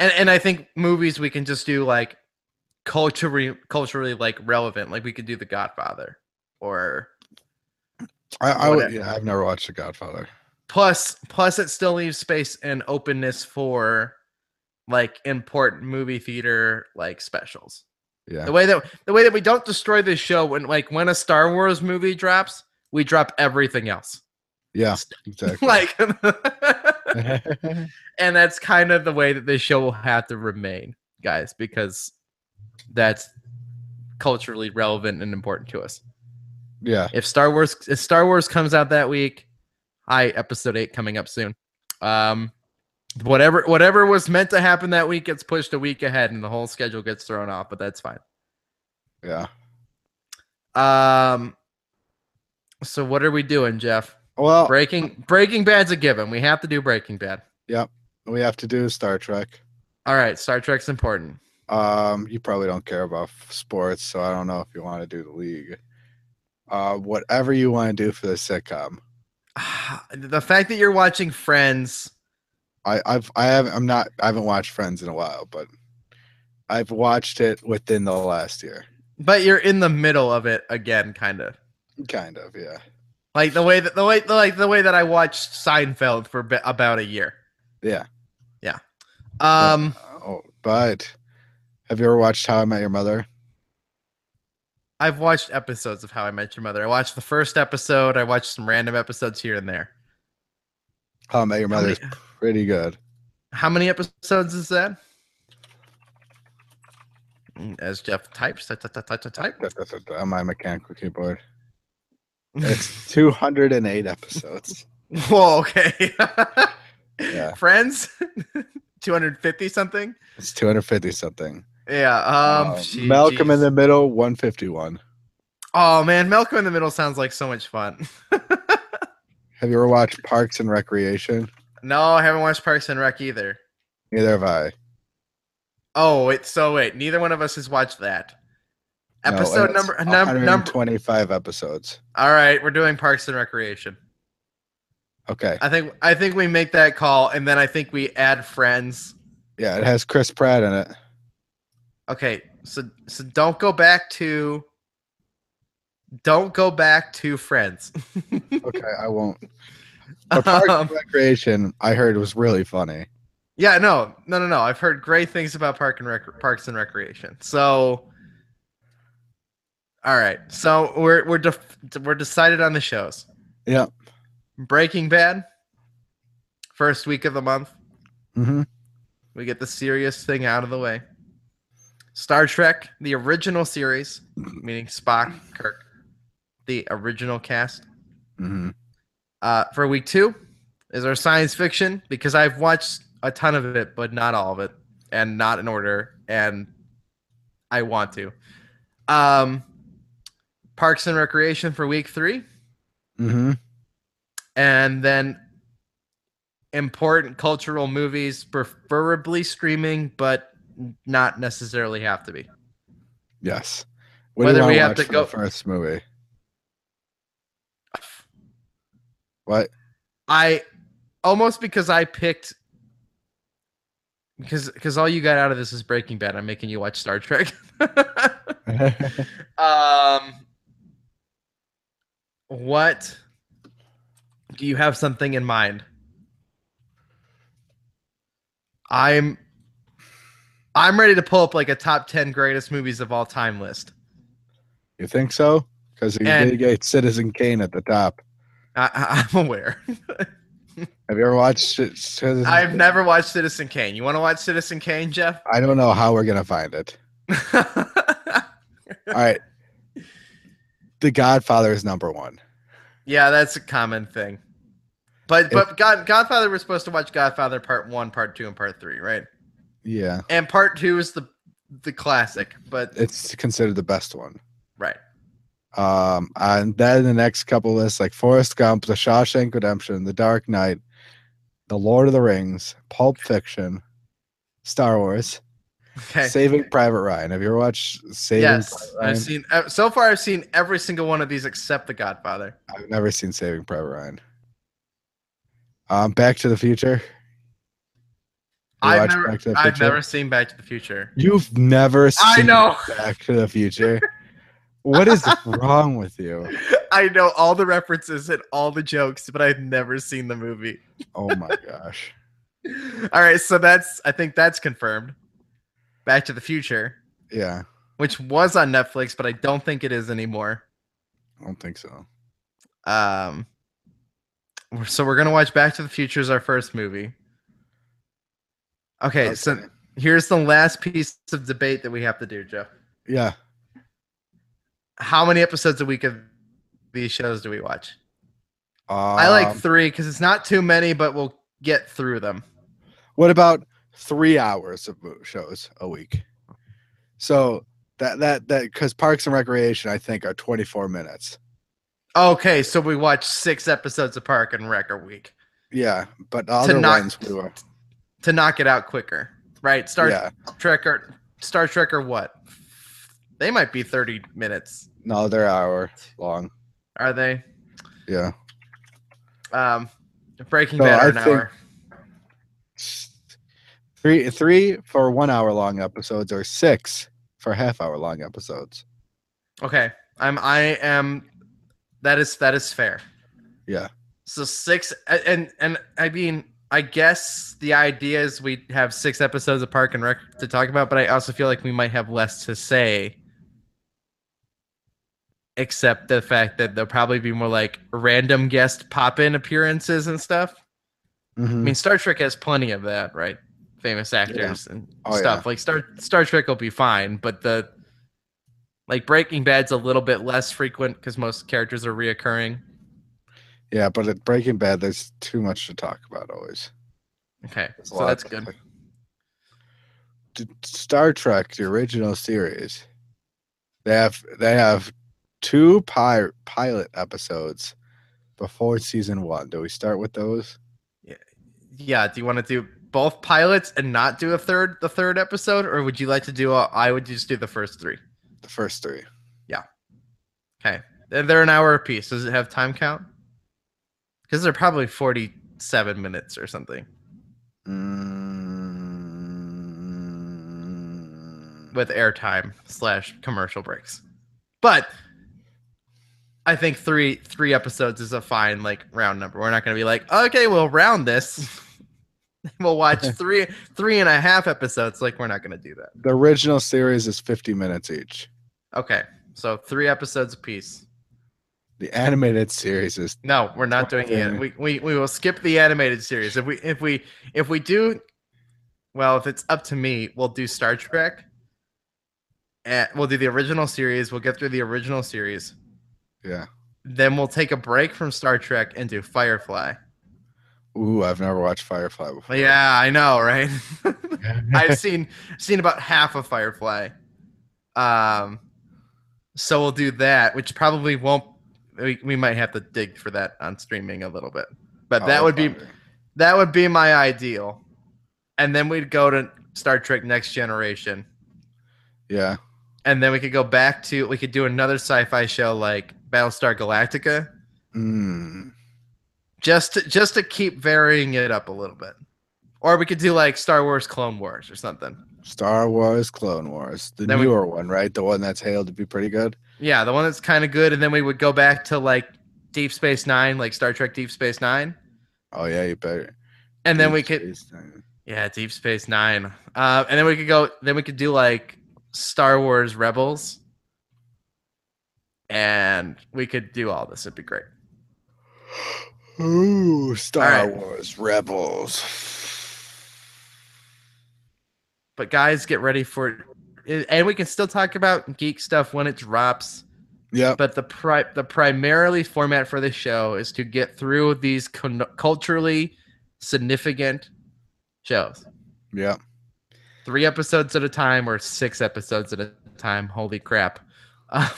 B: And and I think movies we can just do like culturally culturally like relevant, like we could do The Godfather or
A: I, I would.
B: Whatever.
A: Yeah, I've never watched The Godfather.
B: plus plus it still leaves space and openness for like important movie theater like specials.
A: Yeah,
B: The way that the way that we don't destroy this show when like when a Star Wars movie drops, we drop everything else.
A: yeah,
B: [laughs]
A: exactly.
B: like and that's kind of the way that this show will have to remain guys because that's culturally relevant and important to us
A: [laughs] yeah,
B: if star wars if star wars comes out that week i episode 8 coming up soon um whatever whatever was meant to happen that week gets pushed a week ahead and the whole schedule gets thrown off but that's fine
A: yeah.
B: um so what are we doing jeff
A: Well,
B: breaking breaking bad's a given we have to do breaking bad
A: we have to do Star Trek.
B: All right, Star Trek's important. [sighs]
A: Um, you probably don't care about f- sports, so I don't know if you want to do the league. Uh, whatever you want to do for the sitcom,
B: the fact that you're watching Friends,
A: I, I've, I haven't, I'm not, I haven't watched Friends in a while, but I've watched it within the last year.
B: but you're in the middle of it again, kind of.
A: Kind of, yeah.
B: Like the way that the way the, like the way that I watched Seinfeld for bi- about a year.
A: Yeah.
B: Um,
A: Oh, but have you ever watched How I Met Your Mother?
B: I've watched episodes of How I Met Your Mother. I watched the first episode. I watched some random episodes here and there.
A: How I Met Your
B: How
A: Mother
B: many,
A: is pretty good.
B: how many episodes is that? Mm, As Jeff types, type, type, type, type, type, type.
A: [laughs] That's- that's- that's On my mechanical
B: [laughs]
A: keyboard, it's 208 episodes.
B: Whoa, okay.
A: Yeah.
B: [laughs] Friends, two hundred fifty something.
A: It's 250 something.
B: Yeah. Um,
A: Uh,
B: gee,
A: Malcolm in
B: jeez.
A: the Middle, 151.
B: Oh man, Malcolm in the Middle sounds like so much fun.
A: Have you ever watched Parks and Recreation?
B: no, I haven't watched Parks and Rec either.
A: Neither have I.
B: Oh wait, so wait, neither one of us has watched that.
A: No, and
B: Episode
A: it's
B: number number number.
A: 125 episodes.
B: All right, we're doing Parks and Recreation.
A: Okay.
B: I think I think we make that call, and then I think we add Friends.
A: Yeah, it has Chris Pratt in it.
B: Okay, so so don't go back to. Don't go back to Friends. [laughs]
A: Okay, I won't. But Parks
B: Um,
A: and Recreation, I heard was really funny.
B: Yeah, no, no, no, no. I've heard great things about Park and Rec- Parks and Recreation. So, all right. So we're we're def- we're decided on the shows.
A: Yep.
B: Breaking Bad. First week of the month,
A: hmm
B: we get the serious thing out of the way. Star Trek, the original series, meaning Spock, Kirk, the original cast.
A: hmm
B: Uh, for week two is our science fiction because I've watched a ton of it, but not all of it, and not in order, and I want to. Um, Parks and Recreation for week three,
A: hmm
B: and then important cultural movies, preferably streaming, but not necessarily have to be.
A: Yes. What do you
B: Whether
A: wanna
B: we have
A: watch
B: to
A: for
B: go-
A: the first movie. What? [laughs]
B: I almost because I picked because because all you got out of this is Breaking Bad. I'm making you watch Star Trek. [laughs] um, what do you have something in mind? I'm I'm ready to pull up like a top ten greatest movies of all time list.
A: you think so? Because you
B: And-
A: did get Citizen Kane at the top.
B: I- I, [laughs] I'm aware.
A: Have you ever watched Ci- Citizen?
B: I've never watched Citizen Kane. You want to watch Citizen Kane, Jeff? [laughs]
A: I don't know how we're gonna find it. All
B: [laughs]
A: right. The Godfather is number one.
B: Yeah, that's a common thing. But
A: If-
B: but God, Godfather we're supposed to watch Godfather Part One, Part Two, and Part Three, right?
A: Yeah,
B: And Part Two is the the classic, but
A: it's considered the best one.
B: right.
A: Um, and then the next couple lists like Forrest Gump, The Shawshank Redemption, The Dark Knight, The Lord of the Rings, Pulp Fiction, Star Wars,
B: Okay.
A: Saving Private Ryan. Have you ever watched Saving?
B: yes,
A: Private Ryan?
B: I've seen uh, so far. I've seen every single one of these except The Godfather.
A: I've never seen Saving Private Ryan. Um, Back to the Future. You
B: I've
A: watched
B: never,
A: Back to the
B: I've
A: Future?
B: never seen Back to the Future. [laughs]
A: You've never seen
B: I know,
A: Back to the Future. What
B: [laughs]
A: is wrong with you?
B: I know all the references and all the jokes, but I've never seen the movie.
A: Oh my gosh.
B: All right, so that's I think that's confirmed. Back to the Future.
A: Yeah,
B: which was on Netflix, but I don't think it is anymore.
A: I don't think so.
B: Um, we're- so we're gonna watch Back to the Future as our first movie. Okay, so
A: Okay.
B: here's the last piece of debate that we have to do, Jeff.
A: Yeah.
B: How many episodes a week of these shows do we watch? I like
A: Um,
B: three because it's not too many, but we'll get through them.
A: what about three hours of mo- shows a week? So that that that because Parks and Recreation I think are twenty four minutes.
B: Okay, so we watch six episodes of Park and Rec a week
A: Yeah, but the other
B: knock-
A: ones we were.
B: to knock it out quicker, right? Start
A: yeah,
B: Trek or Star Trek or what? They might be 30 minutes,
A: no, they're hour long.
B: are they?
A: Yeah.
B: Um Breaking
A: No,
B: Bad
A: I
B: or an
A: think-
B: hour.
A: three three for one hour long episodes or six for half hour long episodes
B: Okay. I'm I am that is that is fair.
A: Yeah.
B: So six a- and and I mean I guess the idea is we have six episodes of Park and Rec to talk about, but I also feel like we might have less to say. Except the fact that there'll probably be more like random guest pop in appearances and stuff. I
A: Mhm.
B: mean, Star Trek has plenty of that, right? Famous actors and
A: Oh,
B: stuff. Like Star Star Trek will be fine, but the like Breaking Bad's a little bit less frequent because most characters are reoccurring.
A: Yeah, but at Breaking Bad, there's too much to talk about always.
B: Okay,
A: There's a
B: so
A: lot
B: that's
A: to-
B: good.
A: like- D- Star Trek, the original series, they have they have two pi- pilot episodes before season one. Do we start with those?
B: Yeah, do you want to do both pilots and not do a third the third episode, or would you like to do? A, I would just do the first three.
A: The first three.
B: They're they're an hour apiece. Does it have time count? Because they're probably forty-seven minutes or something
A: Mm.
B: with airtime slash commercial breaks. But I think three three episodes is a fine like round number. We're not going to be like, okay, we'll round this. [laughs] we'll watch three three and a half episodes. Like we're not going to do that.
A: The original series is 50 minutes each.
B: Okay, so three episodes apiece.
A: The animated series is
B: No, we're not doing
A: Okay.
B: it. We, we we will skip the animated series. If we if we if we do well, if it's up to me, we'll do Star Trek. And we'll do the original series. We'll get through the original series.
A: yeah.
B: Then we'll take a break from Star Trek and do Firefly.
A: Ooh, I've never watched Firefly before. [laughs]
B: Yeah, I know, right? [laughs] I've seen seen about half of Firefly. Um so we'll do that, which probably won't we, we might have to dig for that on streaming a little bit. But
A: Oh,
B: that would be That would be my ideal. And then we'd go to Star Trek Next Generation.
A: yeah.
B: And then we could go back to, we could do another sci fi show like Battlestar Galactica
A: Mm.
B: just to, just to keep varying it up a little bit. Or we could do like Star Wars Clone Wars or something.
A: Star Wars, Clone Wars, the
B: Then we-
A: newer one, right? The one that's hailed to be pretty good.
B: Yeah, the one that's kind of good. And then we would go back to like Deep Space Nine, like Star Trek Deep Space Nine.
A: Oh yeah, you better.
B: And then
A: Deep
B: we could,
A: Space Nine.
B: yeah, Deep Space Nine. Uh, and then we could go, then we could do like Star Wars Rebels. And we could do all this. It'd be great.
A: Ooh, Star
B: All right.
A: Wars Rebels.
B: But guys, get ready for it. And we can still talk about geek stuff when it drops.
A: Yep.
B: But the pri- the primarily format for this show is to get through these con- culturally significant shows. [laughs]
A: Yep.
B: Three episodes at a time or six episodes at a time. Holy crap. [laughs] Uh,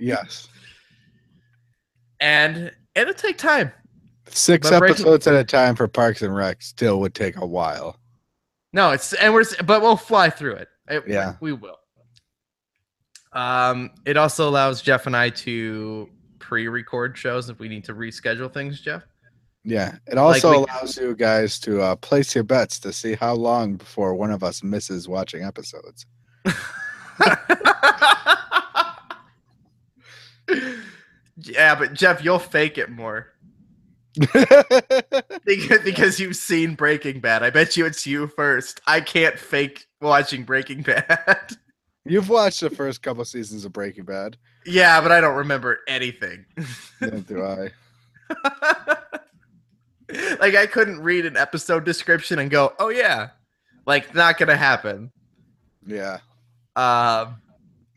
A: yes.
B: and it'll take time.
A: Six
B: But breaking-
A: episodes at a time for Parks and Rec still would take a while.
B: No, it's and we're s- but we'll fly through it. It-
A: Yeah.
B: we will. Um, it also allows Jeff and I to pre-record shows if we need to reschedule things, Jeff. [laughs]
A: Yeah. It also
B: we-
A: allows you guys to uh, place your bets to see how long before one of us misses watching episodes. [laughs]
B: yeah, but Jeff, you'll fake it more [laughs] because, because you've seen Breaking Bad. I bet you it's you first. I can't fake watching Breaking Bad. [laughs]
A: You've watched the first couple seasons of Breaking Bad.
B: yeah, but I don't remember anything.
A: Neither
B: [laughs]
A: do I.
B: like I couldn't read an episode description and go, "Oh yeah." Like not going to happen.
A: Yeah.
B: Um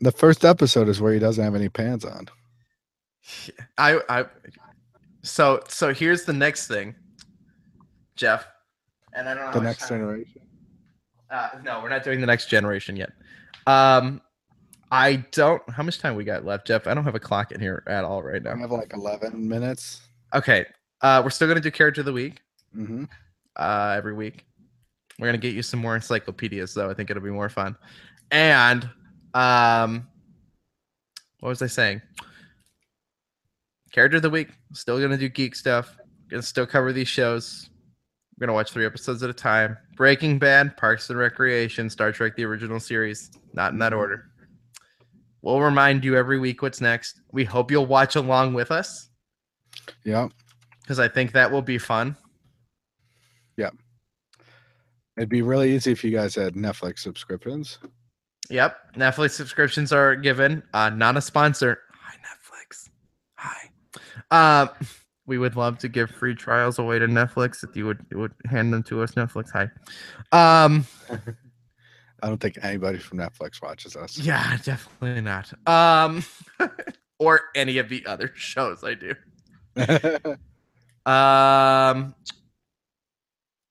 A: The first episode is where he doesn't have any pants on.
B: I I so so here's the next thing. Jeff. And I don't know how
A: The
B: much
A: next
B: time-
A: generation.
B: Uh, no, we're not doing the next generation yet. Um I don't how much time we got left, Jeff? I don't have a clock in here at all right
A: I
B: now.
A: have like 11 minutes.
B: Okay. Uh we're still going to do character of the week.
A: hmm
B: uh, every week. We're gonna get you some more encyclopedias, though. I think it'll be more fun. And um, what was I saying? Character of the week. Still gonna do geek stuff. Gonna still cover these shows. We're gonna watch three episodes at a time. Breaking Bad, Parks and Recreation, Star Trek: The Original Series. Not in that order. We'll remind you every week what's next. We hope you'll watch along with us
A: Yeah.
B: because I think that will be fun.
A: It'd be really easy if you guys had Netflix subscriptions.
B: Yep. Netflix subscriptions are given. Uh, not a sponsor. Hi, Netflix. Hi. Uh, [laughs] we would love to give free trials away to Netflix if you would, you would hand them to us. Netflix. Hi. Um,
A: I don't think anybody from Netflix watches us.
B: [laughs] yeah, definitely not. Um, [laughs] or any of the other [laughs] shows I do. Um,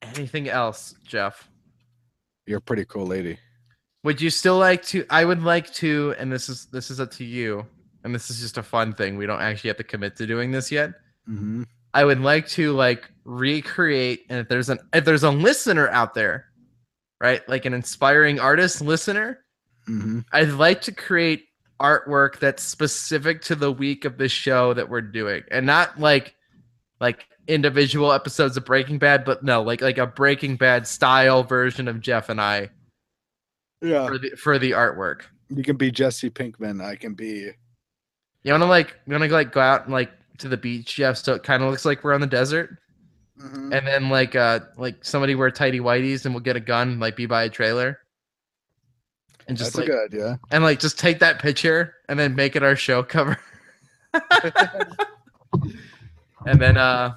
B: anything else, Jeff?
A: [laughs] You're a pretty cool lady.
B: Would you still like to? I would like to, and this is this is up to you, and this is just a fun thing. We don't actually have to commit to doing this yet.
A: Mm-hmm.
B: I would like to like recreate, and if there's an if there's a listener out there, right, like an inspiring artist listener,
A: Mm-hmm.
B: I'd like to create artwork that's specific to the week of the show that we're doing, and not like like individual episodes of Breaking Bad, but no, like like a Breaking Bad style version of Jeff and I
A: Yeah.
B: for the for the artwork.
A: You can be Jesse Pinkman. I can be.
B: You wanna like you wanna like go out and like to the beach, Jeff, so it kind of looks like we're on the desert,
A: Mhm.
B: and then like uh like somebody wear tidy whities and we'll get a gun, and, like be by a trailer, and just
A: That's
B: like
A: a good idea.
B: and like just take that picture and then make it our show cover, [laughs] and then uh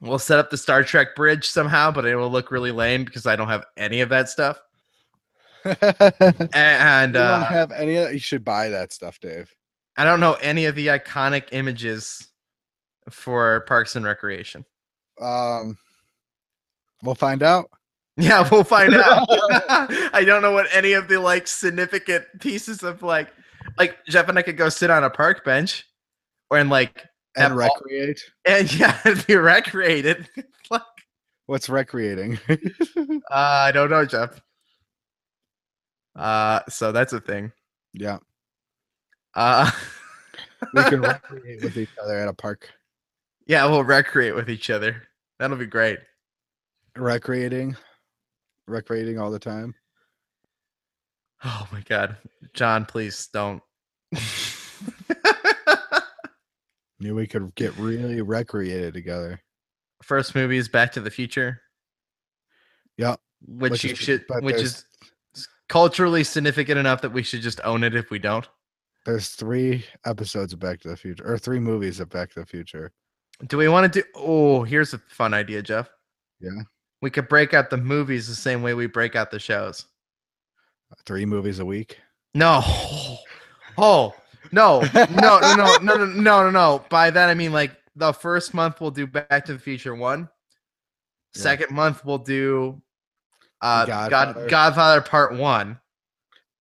B: we'll set up the Star Trek bridge somehow, but it will look really lame because I don't have any of that stuff,
A: you
B: [laughs] and
A: don't
B: uh,
A: have any. Of, you should buy that stuff, Dave.
B: I don't know any of the iconic images for Parks and Recreation.
A: Um, we'll find out.
B: Yeah, we'll find out. [laughs] I don't know what any of the like significant pieces of like like Jeff and I could go sit on a park bench or and like [laughs]
A: And
B: Have all-
A: recreate.
B: and yeah, be recreated. [laughs] Uh, like
A: What's recreating? [laughs]
B: uh, I don't know, Jeff. Uh so that's a thing.
A: yeah,
B: Uh [laughs]
A: we can recreate with each other at a park.
B: yeah, we'll recreate with each other. That'll be great.
A: Recreating, recreating all the time.
B: Oh my god. John, please don't. [laughs]
A: Knew we could get really recreated together.
B: First movie is Back to the Future.
A: Yeah,
B: Which,
A: which
B: you
A: is-
B: should
A: but
B: which
A: there's-
B: is culturally significant enough that we should just own it if we don't.
A: There's three episodes of Back to the Future, or three movies of Back to the Future.
B: Do we want to do oh here's a fun idea, Jeff.
A: Yeah.
B: We could break out the movies the same way we break out the shows.
A: Three movies a week.
B: No. Oh no, no, no, no, no, no, no, no, no. By that I mean like the first month we'll do Back to the Future one.
A: Yeah.
B: Second month we'll do uh
A: Godfather.
B: God Godfather Part One.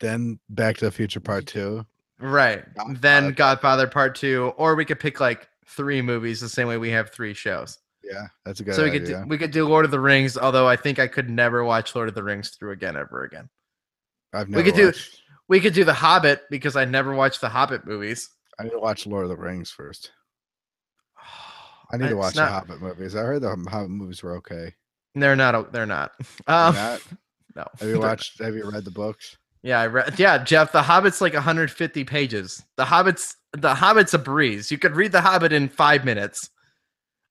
A: Then Back to the Future Part Two.
B: Right.
A: Godfather.
B: Then Godfather Part Two, or we could pick like three movies the same way we have three shows.
A: Yeah, that's a good
B: so we
A: idea.
B: could do, we could do Lord of the Rings, although I think I could never watch Lord of the Rings through again ever again.
A: I've
B: we
A: never
B: could do-
A: watched-
B: We could do The Hobbit because I never watched the Hobbit movies. [sighs]
A: I need to watch Lord of the Rings first. I need to
B: It's
A: watch
B: not-
A: the Hobbit movies. I heard the Hobbit movies were okay.
B: They're not. o- They're not.
A: They're
B: [laughs] Um,
A: not?
B: [laughs] No.
A: Have
B: they're
A: you
B: not.
A: watched? Have you read the books?
B: Yeah, I read. Yeah, Jeff. The Hobbit's like 150 pages. The Hobbit's the Hobbit's a breeze. You could read the Hobbit in five minutes.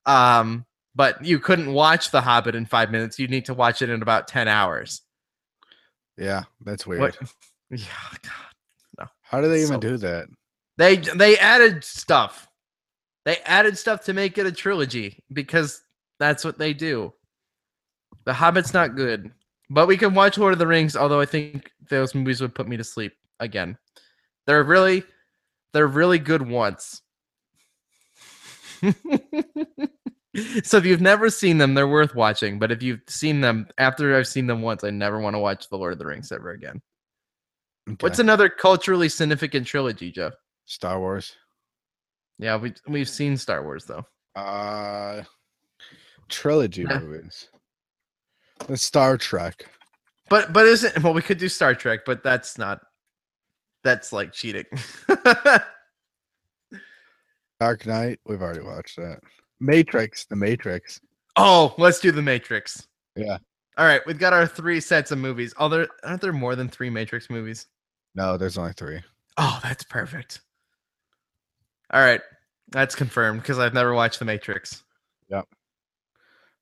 B: Um, but you couldn't watch the Hobbit in five minutes. You need to watch it in about 10 hours.
A: Yeah, that's weird.
B: What? [laughs] Yeah, God.
A: How do they
B: So-
A: even do that?
B: They they added stuff. They added stuff to make it a trilogy because that's what they do. The Hobbit's not good, but we can watch Lord of the Rings. Although I think those movies would put me to sleep again. They're really, they're really good once. [laughs] so if you've never seen them, they're worth watching. But if you've seen them after I've seen them once, I never want to watch the Lord of the Rings ever again. What's
A: Okay.
B: another culturally significant trilogy, Jeff?
A: Star Wars?
B: Yeah, we we've seen Star Wars though.
A: Uh, trilogy
B: Yeah.
A: movies. The Star Trek.
B: But but isn't well we could do Star Trek, but that's not that's like cheating. [laughs]
A: Dark Knight, we've already watched that. Matrix, The Matrix.
B: oh, let's do the Matrix.
A: Yeah.
B: All right, we've got our three sets of movies. Are there aren't there more than three Matrix movies?
A: No, there's only three.
B: Oh, that's perfect. All right. That's confirmed because I've never watched The Matrix.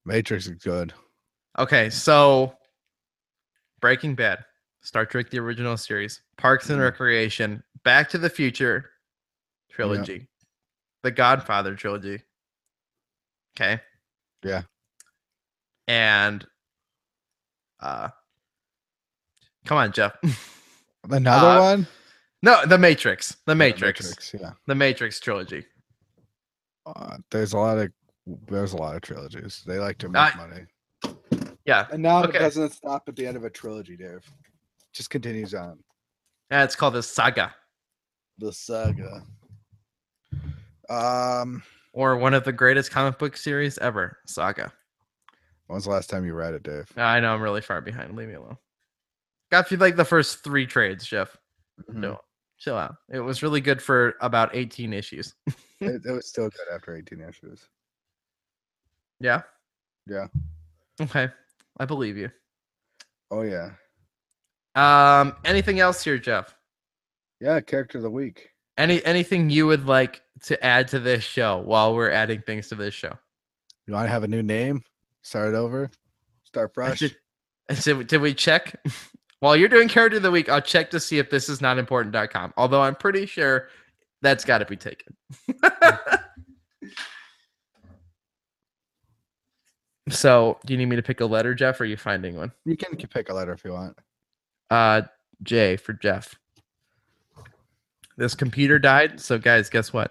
A: Matrix is good.
B: Okay, so Breaking Bad, Star Trek the original series, Parks and
A: Mhm.
B: Recreation, Back to the Future trilogy, The Godfather trilogy. Okay.
A: Yeah.
B: And uh Come on, Jeff. [laughs]
A: Another
B: Uh,
A: one.
B: no, The Matrix. The Matrix.
A: Matrix. Yeah.
B: The Matrix trilogy.
A: Uh, there's a lot of there's a lot of trilogies. They like to make
B: I-
A: money.
B: Yeah.
A: And now
B: okay.
A: it doesn't stop at the end of a trilogy, Dave. Just continues on.
B: Yeah, it's called the saga
A: The saga. Um
B: or one of the greatest comic book series ever. Saga.
A: when was the last time you read it, Dave?
B: I know I'm really far behind. Leave me alone. Got through like the first three trades, Jeff.
A: Mhm.
B: Chill out. It was really good for about 18 issues.
A: It, it was still good after 18 issues.
B: Yeah.
A: Yeah.
B: Okay. I believe you.
A: Oh yeah.
B: Um, anything else here, Jeff?
A: Yeah, character of the week.
B: Any anything you would like to add to this show while we're adding things to this show?
A: You want to have a new name? Start over? Start
B: I
A: fresh?
B: [laughs] should- I said, did we check? while you're doing character of the week, I'll check to see if this is not important.com. Although I'm pretty sure that's got to be taken. [laughs] so, do you need me to pick a letter, Jeff? Or are you finding one?
A: You can k- pick a letter if you want.
B: Uh, J for Jeff. This computer died. So, guys, guess what?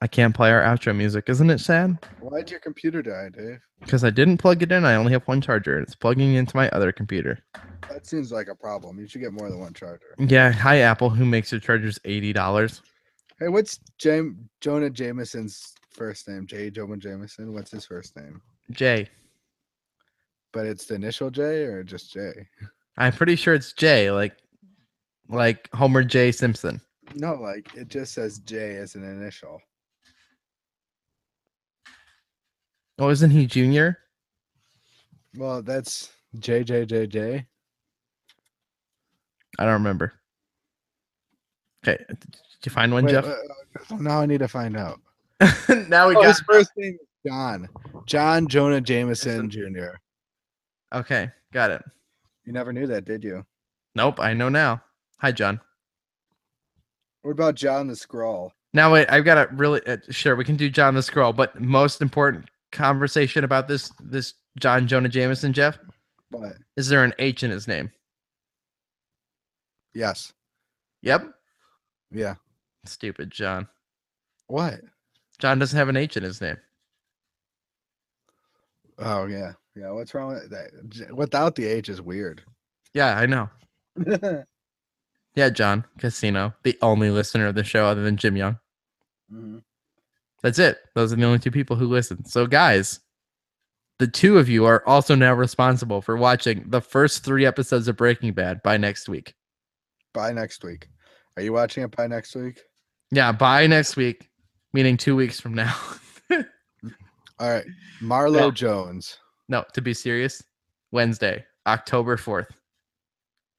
B: I can't play our outro music. Isn't it sad?
A: Why'd your computer die, Dave?
B: Because I didn't plug it in. I only have one charger. and It's plugging into my other computer.
A: That seems like a problem. You should get more than one charger.
B: Yeah, hi Apple, who makes your chargers eighty dollars?
A: Hey, what's Jam- Jonah Jameson's first name? J. Jonah Jameson. What's his first name?
B: Jay,
A: But it's the initial J or just J?
B: I'm pretty sure it's Jay, like like Homer J Simpson.
A: No, like it just says J as an initial.
B: Oh, isn't he Junior?
A: Well, that's J J J J.
B: I don't remember. Okay, did you find one,
A: Wait,
B: Jeff?
A: uh, uh, now I need to find out.
B: [laughs] now we
A: Oh,
B: got.
A: his first name is John. John Jonah
B: Jameson.
A: Jameson Jr.
B: Okay, got it.
A: You never knew that, did you?
B: Nope, I know now. Hi, John.
A: What about John the Scrawl?
B: Now wait, I've got to really uh, sure we can do John the Scroll, but most important conversation about this this John Jonah Jameson, Jeff.
A: But
B: Is there an H in his name?
A: yes,
B: Yep.
A: yeah.
B: Stupid John.
A: What?
B: John doesn't have an H in his name.
A: Oh yeah, yeah. What's wrong with that? J- Without the H is [laughs] weird.
B: Yeah, I know.
A: Mhm.
B: Yeah, John Casino, the only listener of the show other than Jim Young. That's it. Those are the only two people who listen. So, guys, the two of you are also now responsible for watching the first three episodes of Breaking Bad by next week.
A: By next week. Are you watching it by next week?
B: Yeah, by next week, meaning two weeks from now. [laughs]
A: All right. Marlo
B: Yeah.
A: Jones.
B: no, to be serious, Wednesday, October 4th,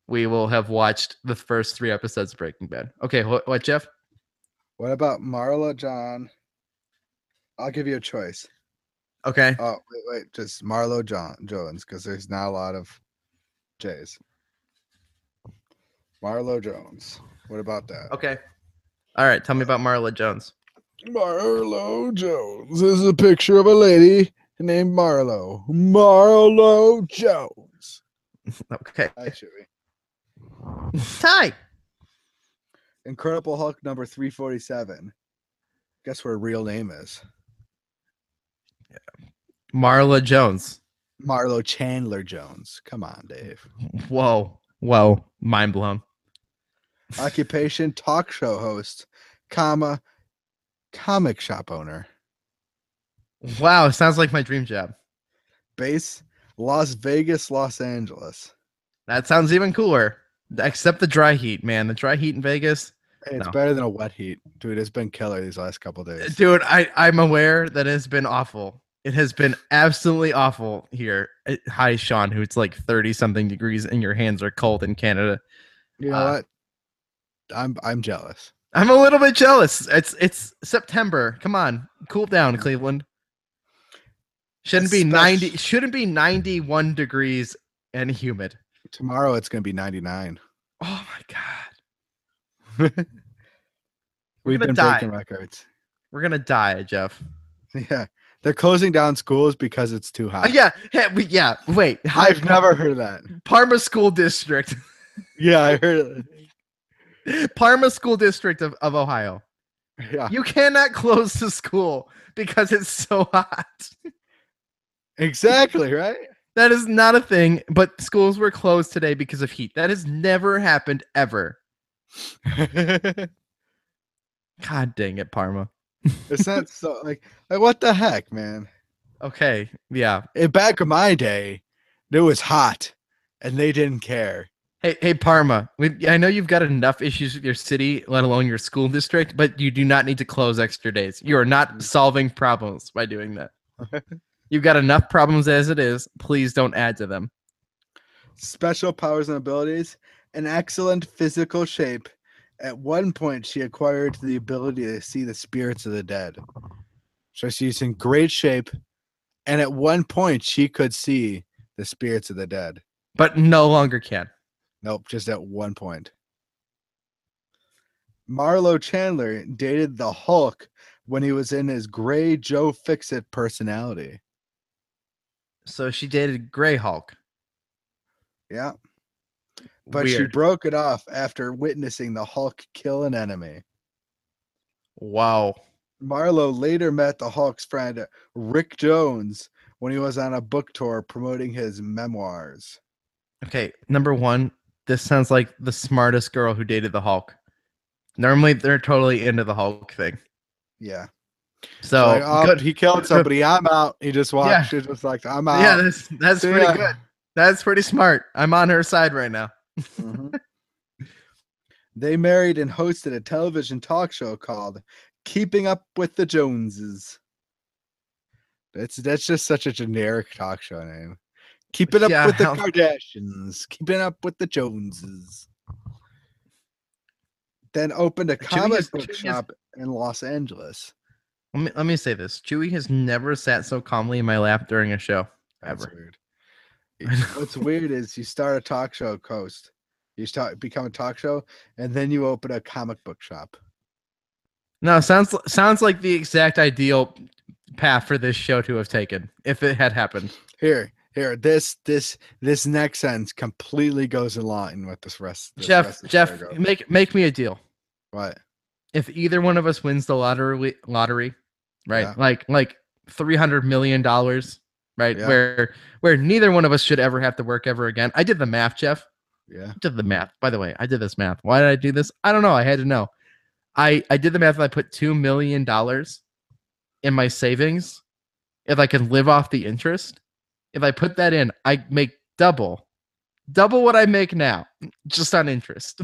B: we will have watched the first three episodes of Breaking Bad. Okay, what, what Jeff?
A: What about Marla John? I'll give you a choice.
B: Okay.
A: Oh wait, wait, just Marlo John Jones because there's not a lot of J's. Marlo Jones. What about that?
B: Okay. All right. Tell me about Marla Jones.
A: Marlo Jones This is a picture of a lady named Marlo. Marlo Jones.
B: Okay.
A: Hi, Chewy.
B: Hi.
A: Incredible Hulk number 347. Guess what her real name is?
B: Marla Jones.
A: Marlo Chandler Jones. Come on, [laughs] Dave.
B: Whoa. Whoa. Mind blown.
A: Occupation talk show host, comma, comic shop owner.
B: Wow. Sounds like my dream job.
A: Base Las Vegas, Los Angeles.
B: That sounds even cooler. Except the dry heat, man. The dry heat in Vegas.
A: Hey, it's
B: No.
A: better than a wet heat. Dude, it's been killer these last couple days.
B: Dude, I, I'm aware that it has been awful. It has been absolutely awful here. Uh, Hi, Sean, who it's like 30 something degrees and your hands are cold in Canada.
A: You know
B: uh,
A: what? I'm I'm jealous.
B: I'm a little bit jealous. It's it's September. Come on, cool down, Cleveland. Shouldn't be
A: Espec-
B: ninety. Shouldn't be ninety-one degrees and humid.
A: Tomorrow it's gonna be 99.
B: Oh my god,
A: We've
B: gonna
A: been
B: die.
A: breaking records. [laughs]
B: we're gonna die, Jeff.
A: Yeah, they're closing down schools because it's too
B: Uh,
A: hot.
B: yeah, yeah, we, yeah. Wait,
A: [laughs] I've never heard of that.
B: Parma School District, [laughs]
A: Yeah, I heard. Of
B: Parma School District of, of Ohio.
A: that. [laughs] Yeah,
B: You cannot close the school because it's so hot.
A: exactly right. [laughs]
B: That is not a thing. But schools were closed today because of heat. That has never happened ever. God dang it, Parma.
A: It's not so like like what the heck, man.
B: Okay, yeah.
A: In back of my day, it was hot, and they didn't care.
B: Hey, hey, Parma. We, I know you've got enough issues with your city, let alone your school district, but you do not need to close extra days. You are not solving problems by doing [laughs] that. you've got enough problems as it is. Please don't add to them.
A: special powers and abilities, an excellent physical shape. At one point, she acquired the ability to see the spirits of the dead. So she's in great shape, and at one point, she could see the spirits of the dead.
B: But no longer can.
A: Nope, just at one point. Marlo Chandler dated the Hulk when he was in his gray Joe Fixit personality.
B: So she dated Grey Hulk.
A: Yeah, but she
B: Weird.
A: broke it off after witnessing the Hulk kill an enemy.
B: wow.
A: Marlowe later met the Hawks' friend Rick Jones when he was on a book tour promoting his memoirs.
B: Okay, number one, this sounds like the smartest girl who dated the Hulk. Normally, they're totally into the Hulk thing.
A: Yeah.
B: So
A: Like, oh,
B: good.
A: He killed somebody. I'm out. He just
B: Yeah.
A: watched. It just like I'm out.
B: yeah, that's that's
A: See
B: pretty
A: ya.
B: good. That's pretty smart. I'm on her side right now.
A: Mhm.
B: [laughs]
A: they married and hosted a television talk show called "Keeping Up with the Joneses." That's that's just such a generic talk show name. Keeping up
B: Yeah, [laughs]
A: with the
B: how-
A: Kardashians. Keeping up with the Joneses. Then opened a
B: Jimmy
A: comic
B: is-
A: book
B: Jimmy is-
A: shop in Los Angeles.
B: Let me let me say this. Chewy has never sat so calmly in my lap during a show.
A: That's
B: ever. [laughs]
A: weird.
B: I know.
A: What's weird is you start a talk show host, you start become a talk show, and then you open a comic book shop.
B: No, sounds sounds like the exact ideal path for this show to have taken if it had happened.
A: Here, here, this, this, this next sentence completely goes in line with this rest. This
B: Jeff,
A: rest of the
B: Jeff,
A: paragraph.
B: make make me a deal.
A: what?
B: If either one of us wins the lottery lottery, right?
A: Yeah.
B: Like like 300 million dollars, right?
A: Yeah.
B: Where where neither one of us should ever have to work ever again. I did the math, Jeff.
A: Yeah,
B: did the math. By the way, I did this math. Why did I do this? I don't know. I had to know. I I did the math and I put two million dollars in my savings. If I could live off the interest, if I put that in, I make double, double what I make now, just on interest.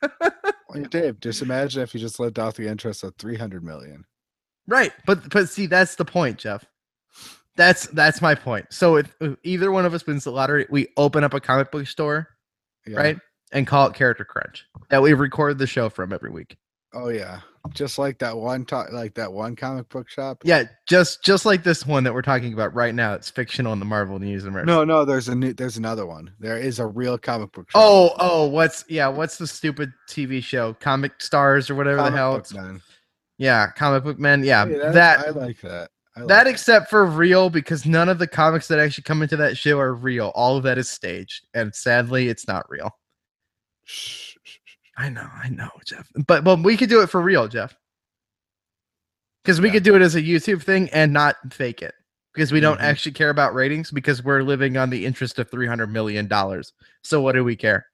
B: [laughs]
A: Well, Dave. Just imagine if you just lived off the interest of three hundred million.
B: right. But but see, that's the point, Jeff. That's that's my point. So if, if either one of us wins the lottery, we open up a comic book store,
A: Yeah.
B: right? And call it Character Crunch. That we record the show from every week.
A: Oh yeah, just like that one talk, like that one comic book shop.
B: Yeah, just just like this one that we're talking about right now. It's fictional in the Marvel News and
A: No, no. There's a new. There's another one. There is a real comic book. Shop.
B: Oh, oh, what's yeah? What's the stupid TV show? Comic Stars or whatever
A: comic
B: the hell.
A: book
B: It's,
A: man.
B: yeah, Comic Book Man. Yeah,
A: Hey,
B: that
A: that's-
B: that,
A: I like that. I like
B: except for real because none of the comics that actually come into that show are real. All of that is staged, and sadly, it's not real.
A: Shh, shh, shh.
B: I know, I know, Jeff. But but we could do it for real, Jeff. Because we
A: Yeah.
B: could do it as a YouTube thing and not fake it. Because we don't
A: Mhm.
B: actually care about ratings because we're living on the interest of three hundred million dollars. So what do we care?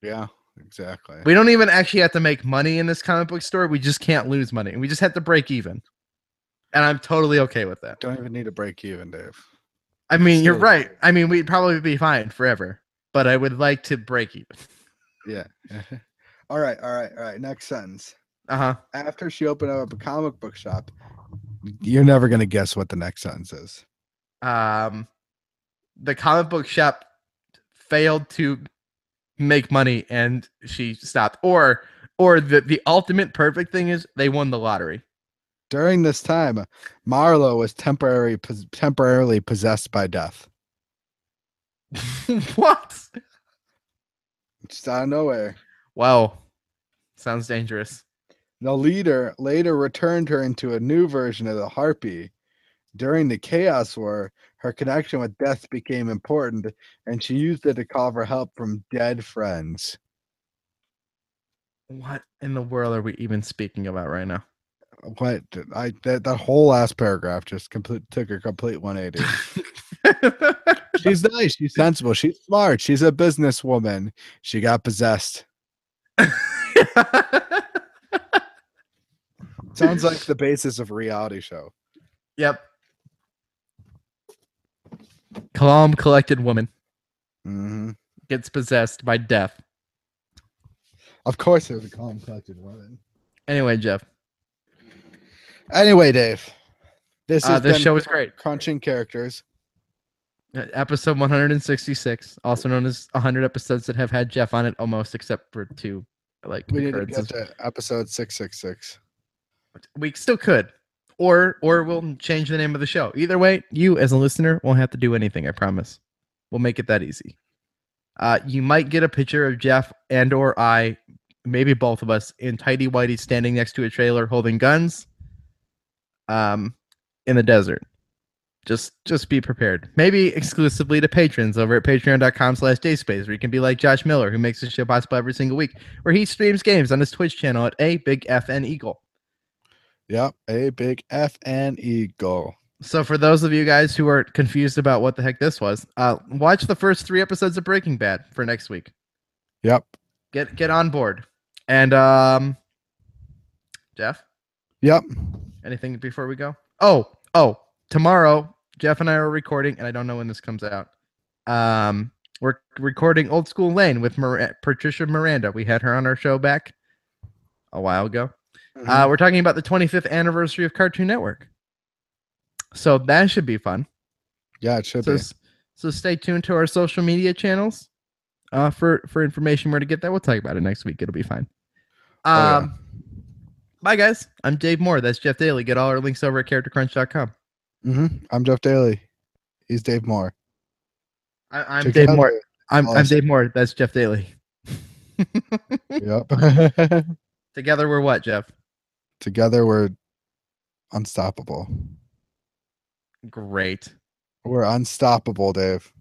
A: Yeah, exactly.
B: We don't even actually have to make money in this comic book store. We just can't lose money. We just have to break even. And I'm totally okay with that.
A: don't even need a break even, Dave. [laughs]
B: I mean, you're
A: Sure.
B: right. I mean, we'd probably be fine forever, but I would like to break even.
A: Yeah. all right, all right, all right. Next sentence.
B: Uh-huh.
A: After she opened up a comic book shop, you're never gonna guess what the next sentence is.
B: um, the comic book shop failed to make money and she stopped or or the, the ultimate perfect thing is they won the lottery. [laughs]
A: During this time, Marlowe was temporarily pos- temporarily possessed by death.
B: what?
A: Just out of nowhere,
B: Wow. Sounds dangerous.
A: the leader later returned her into a new version of the harpy. During the Chaos War, her connection with death became important, and she used it to call for help from dead friends.
B: What in the world are we even speaking about right now? [laughs]
A: What I that, that whole last paragraph just complete took a complete 180. She's nice. She's [laughs] sensible. She's smart. She's a businesswoman. She got possessed. Sounds like the basis of a reality show.
B: yep. Calm, collected woman
A: hmm
B: gets possessed by death.
A: Of course, there's a calm, collected woman.
B: Anyway, Jeff,
A: Anyway, Dave, this
B: uh,
A: has
B: this
A: been
B: show is great.
A: crunching characters.
B: Uh, Episode 166, also known as 100 episodes that have had Jeff on it almost, except for two. Like
A: We need to
B: occurrences.
A: get to episode six six six.
B: we still could or or we'll change the name of the show either way you as a listener won't have to do anything i promise we'll make it that easy uh, you might get a picture of jeff and or i maybe both of us in tidy whitey standing next to a trailer holding guns um in the desert just just be prepared maybe exclusively to patrons over at patreon.com slash dayspace where you can be like josh miller who makes this show possible every single week where he streams games on his twitch channel at a big fn eagle
A: Yep, a big F and eagle.
B: So for those of you guys who are confused about what the heck this was, uh, watch the first three episodes of Breaking Bad for next week.
A: Yep,
B: Get get on board. And um, Jeff,
A: yep.
B: anything before we go? Oh, oh, tomorrow Jeff and I are recording, and I don't know when this comes out. Um, we're recording Old School Lane with Mir- Patricia Miranda. We had her on our show back a while ago.
A: Mm-hmm.
B: Uh, we're talking about the 25th anniversary of Cartoon Network. So that should be fun.
A: yeah, it should
B: So,
A: be.
B: s- so stay tuned to our social media channels uh, for for information where to get that. We'll talk about it next week. It'll be fine. Um,
A: Oh, yeah.
B: Bye, guys. I'm Dave Moore. That's Jeff Daly. Get all our links over at charactercrunch.com.
A: hmm I'm Jeff Daly. He's Dave Moore.
B: I, I'm
A: Check it
B: Dave
A: out.
B: Moore. I'm, I'm
A: Awesome.
B: Dave Moore. That's Jeff Daly.
A: [laughs] Yep. [laughs]
B: Together we're what, Jeff?
A: Together we're unstoppable.
B: Great.
A: We're unstoppable, Dave.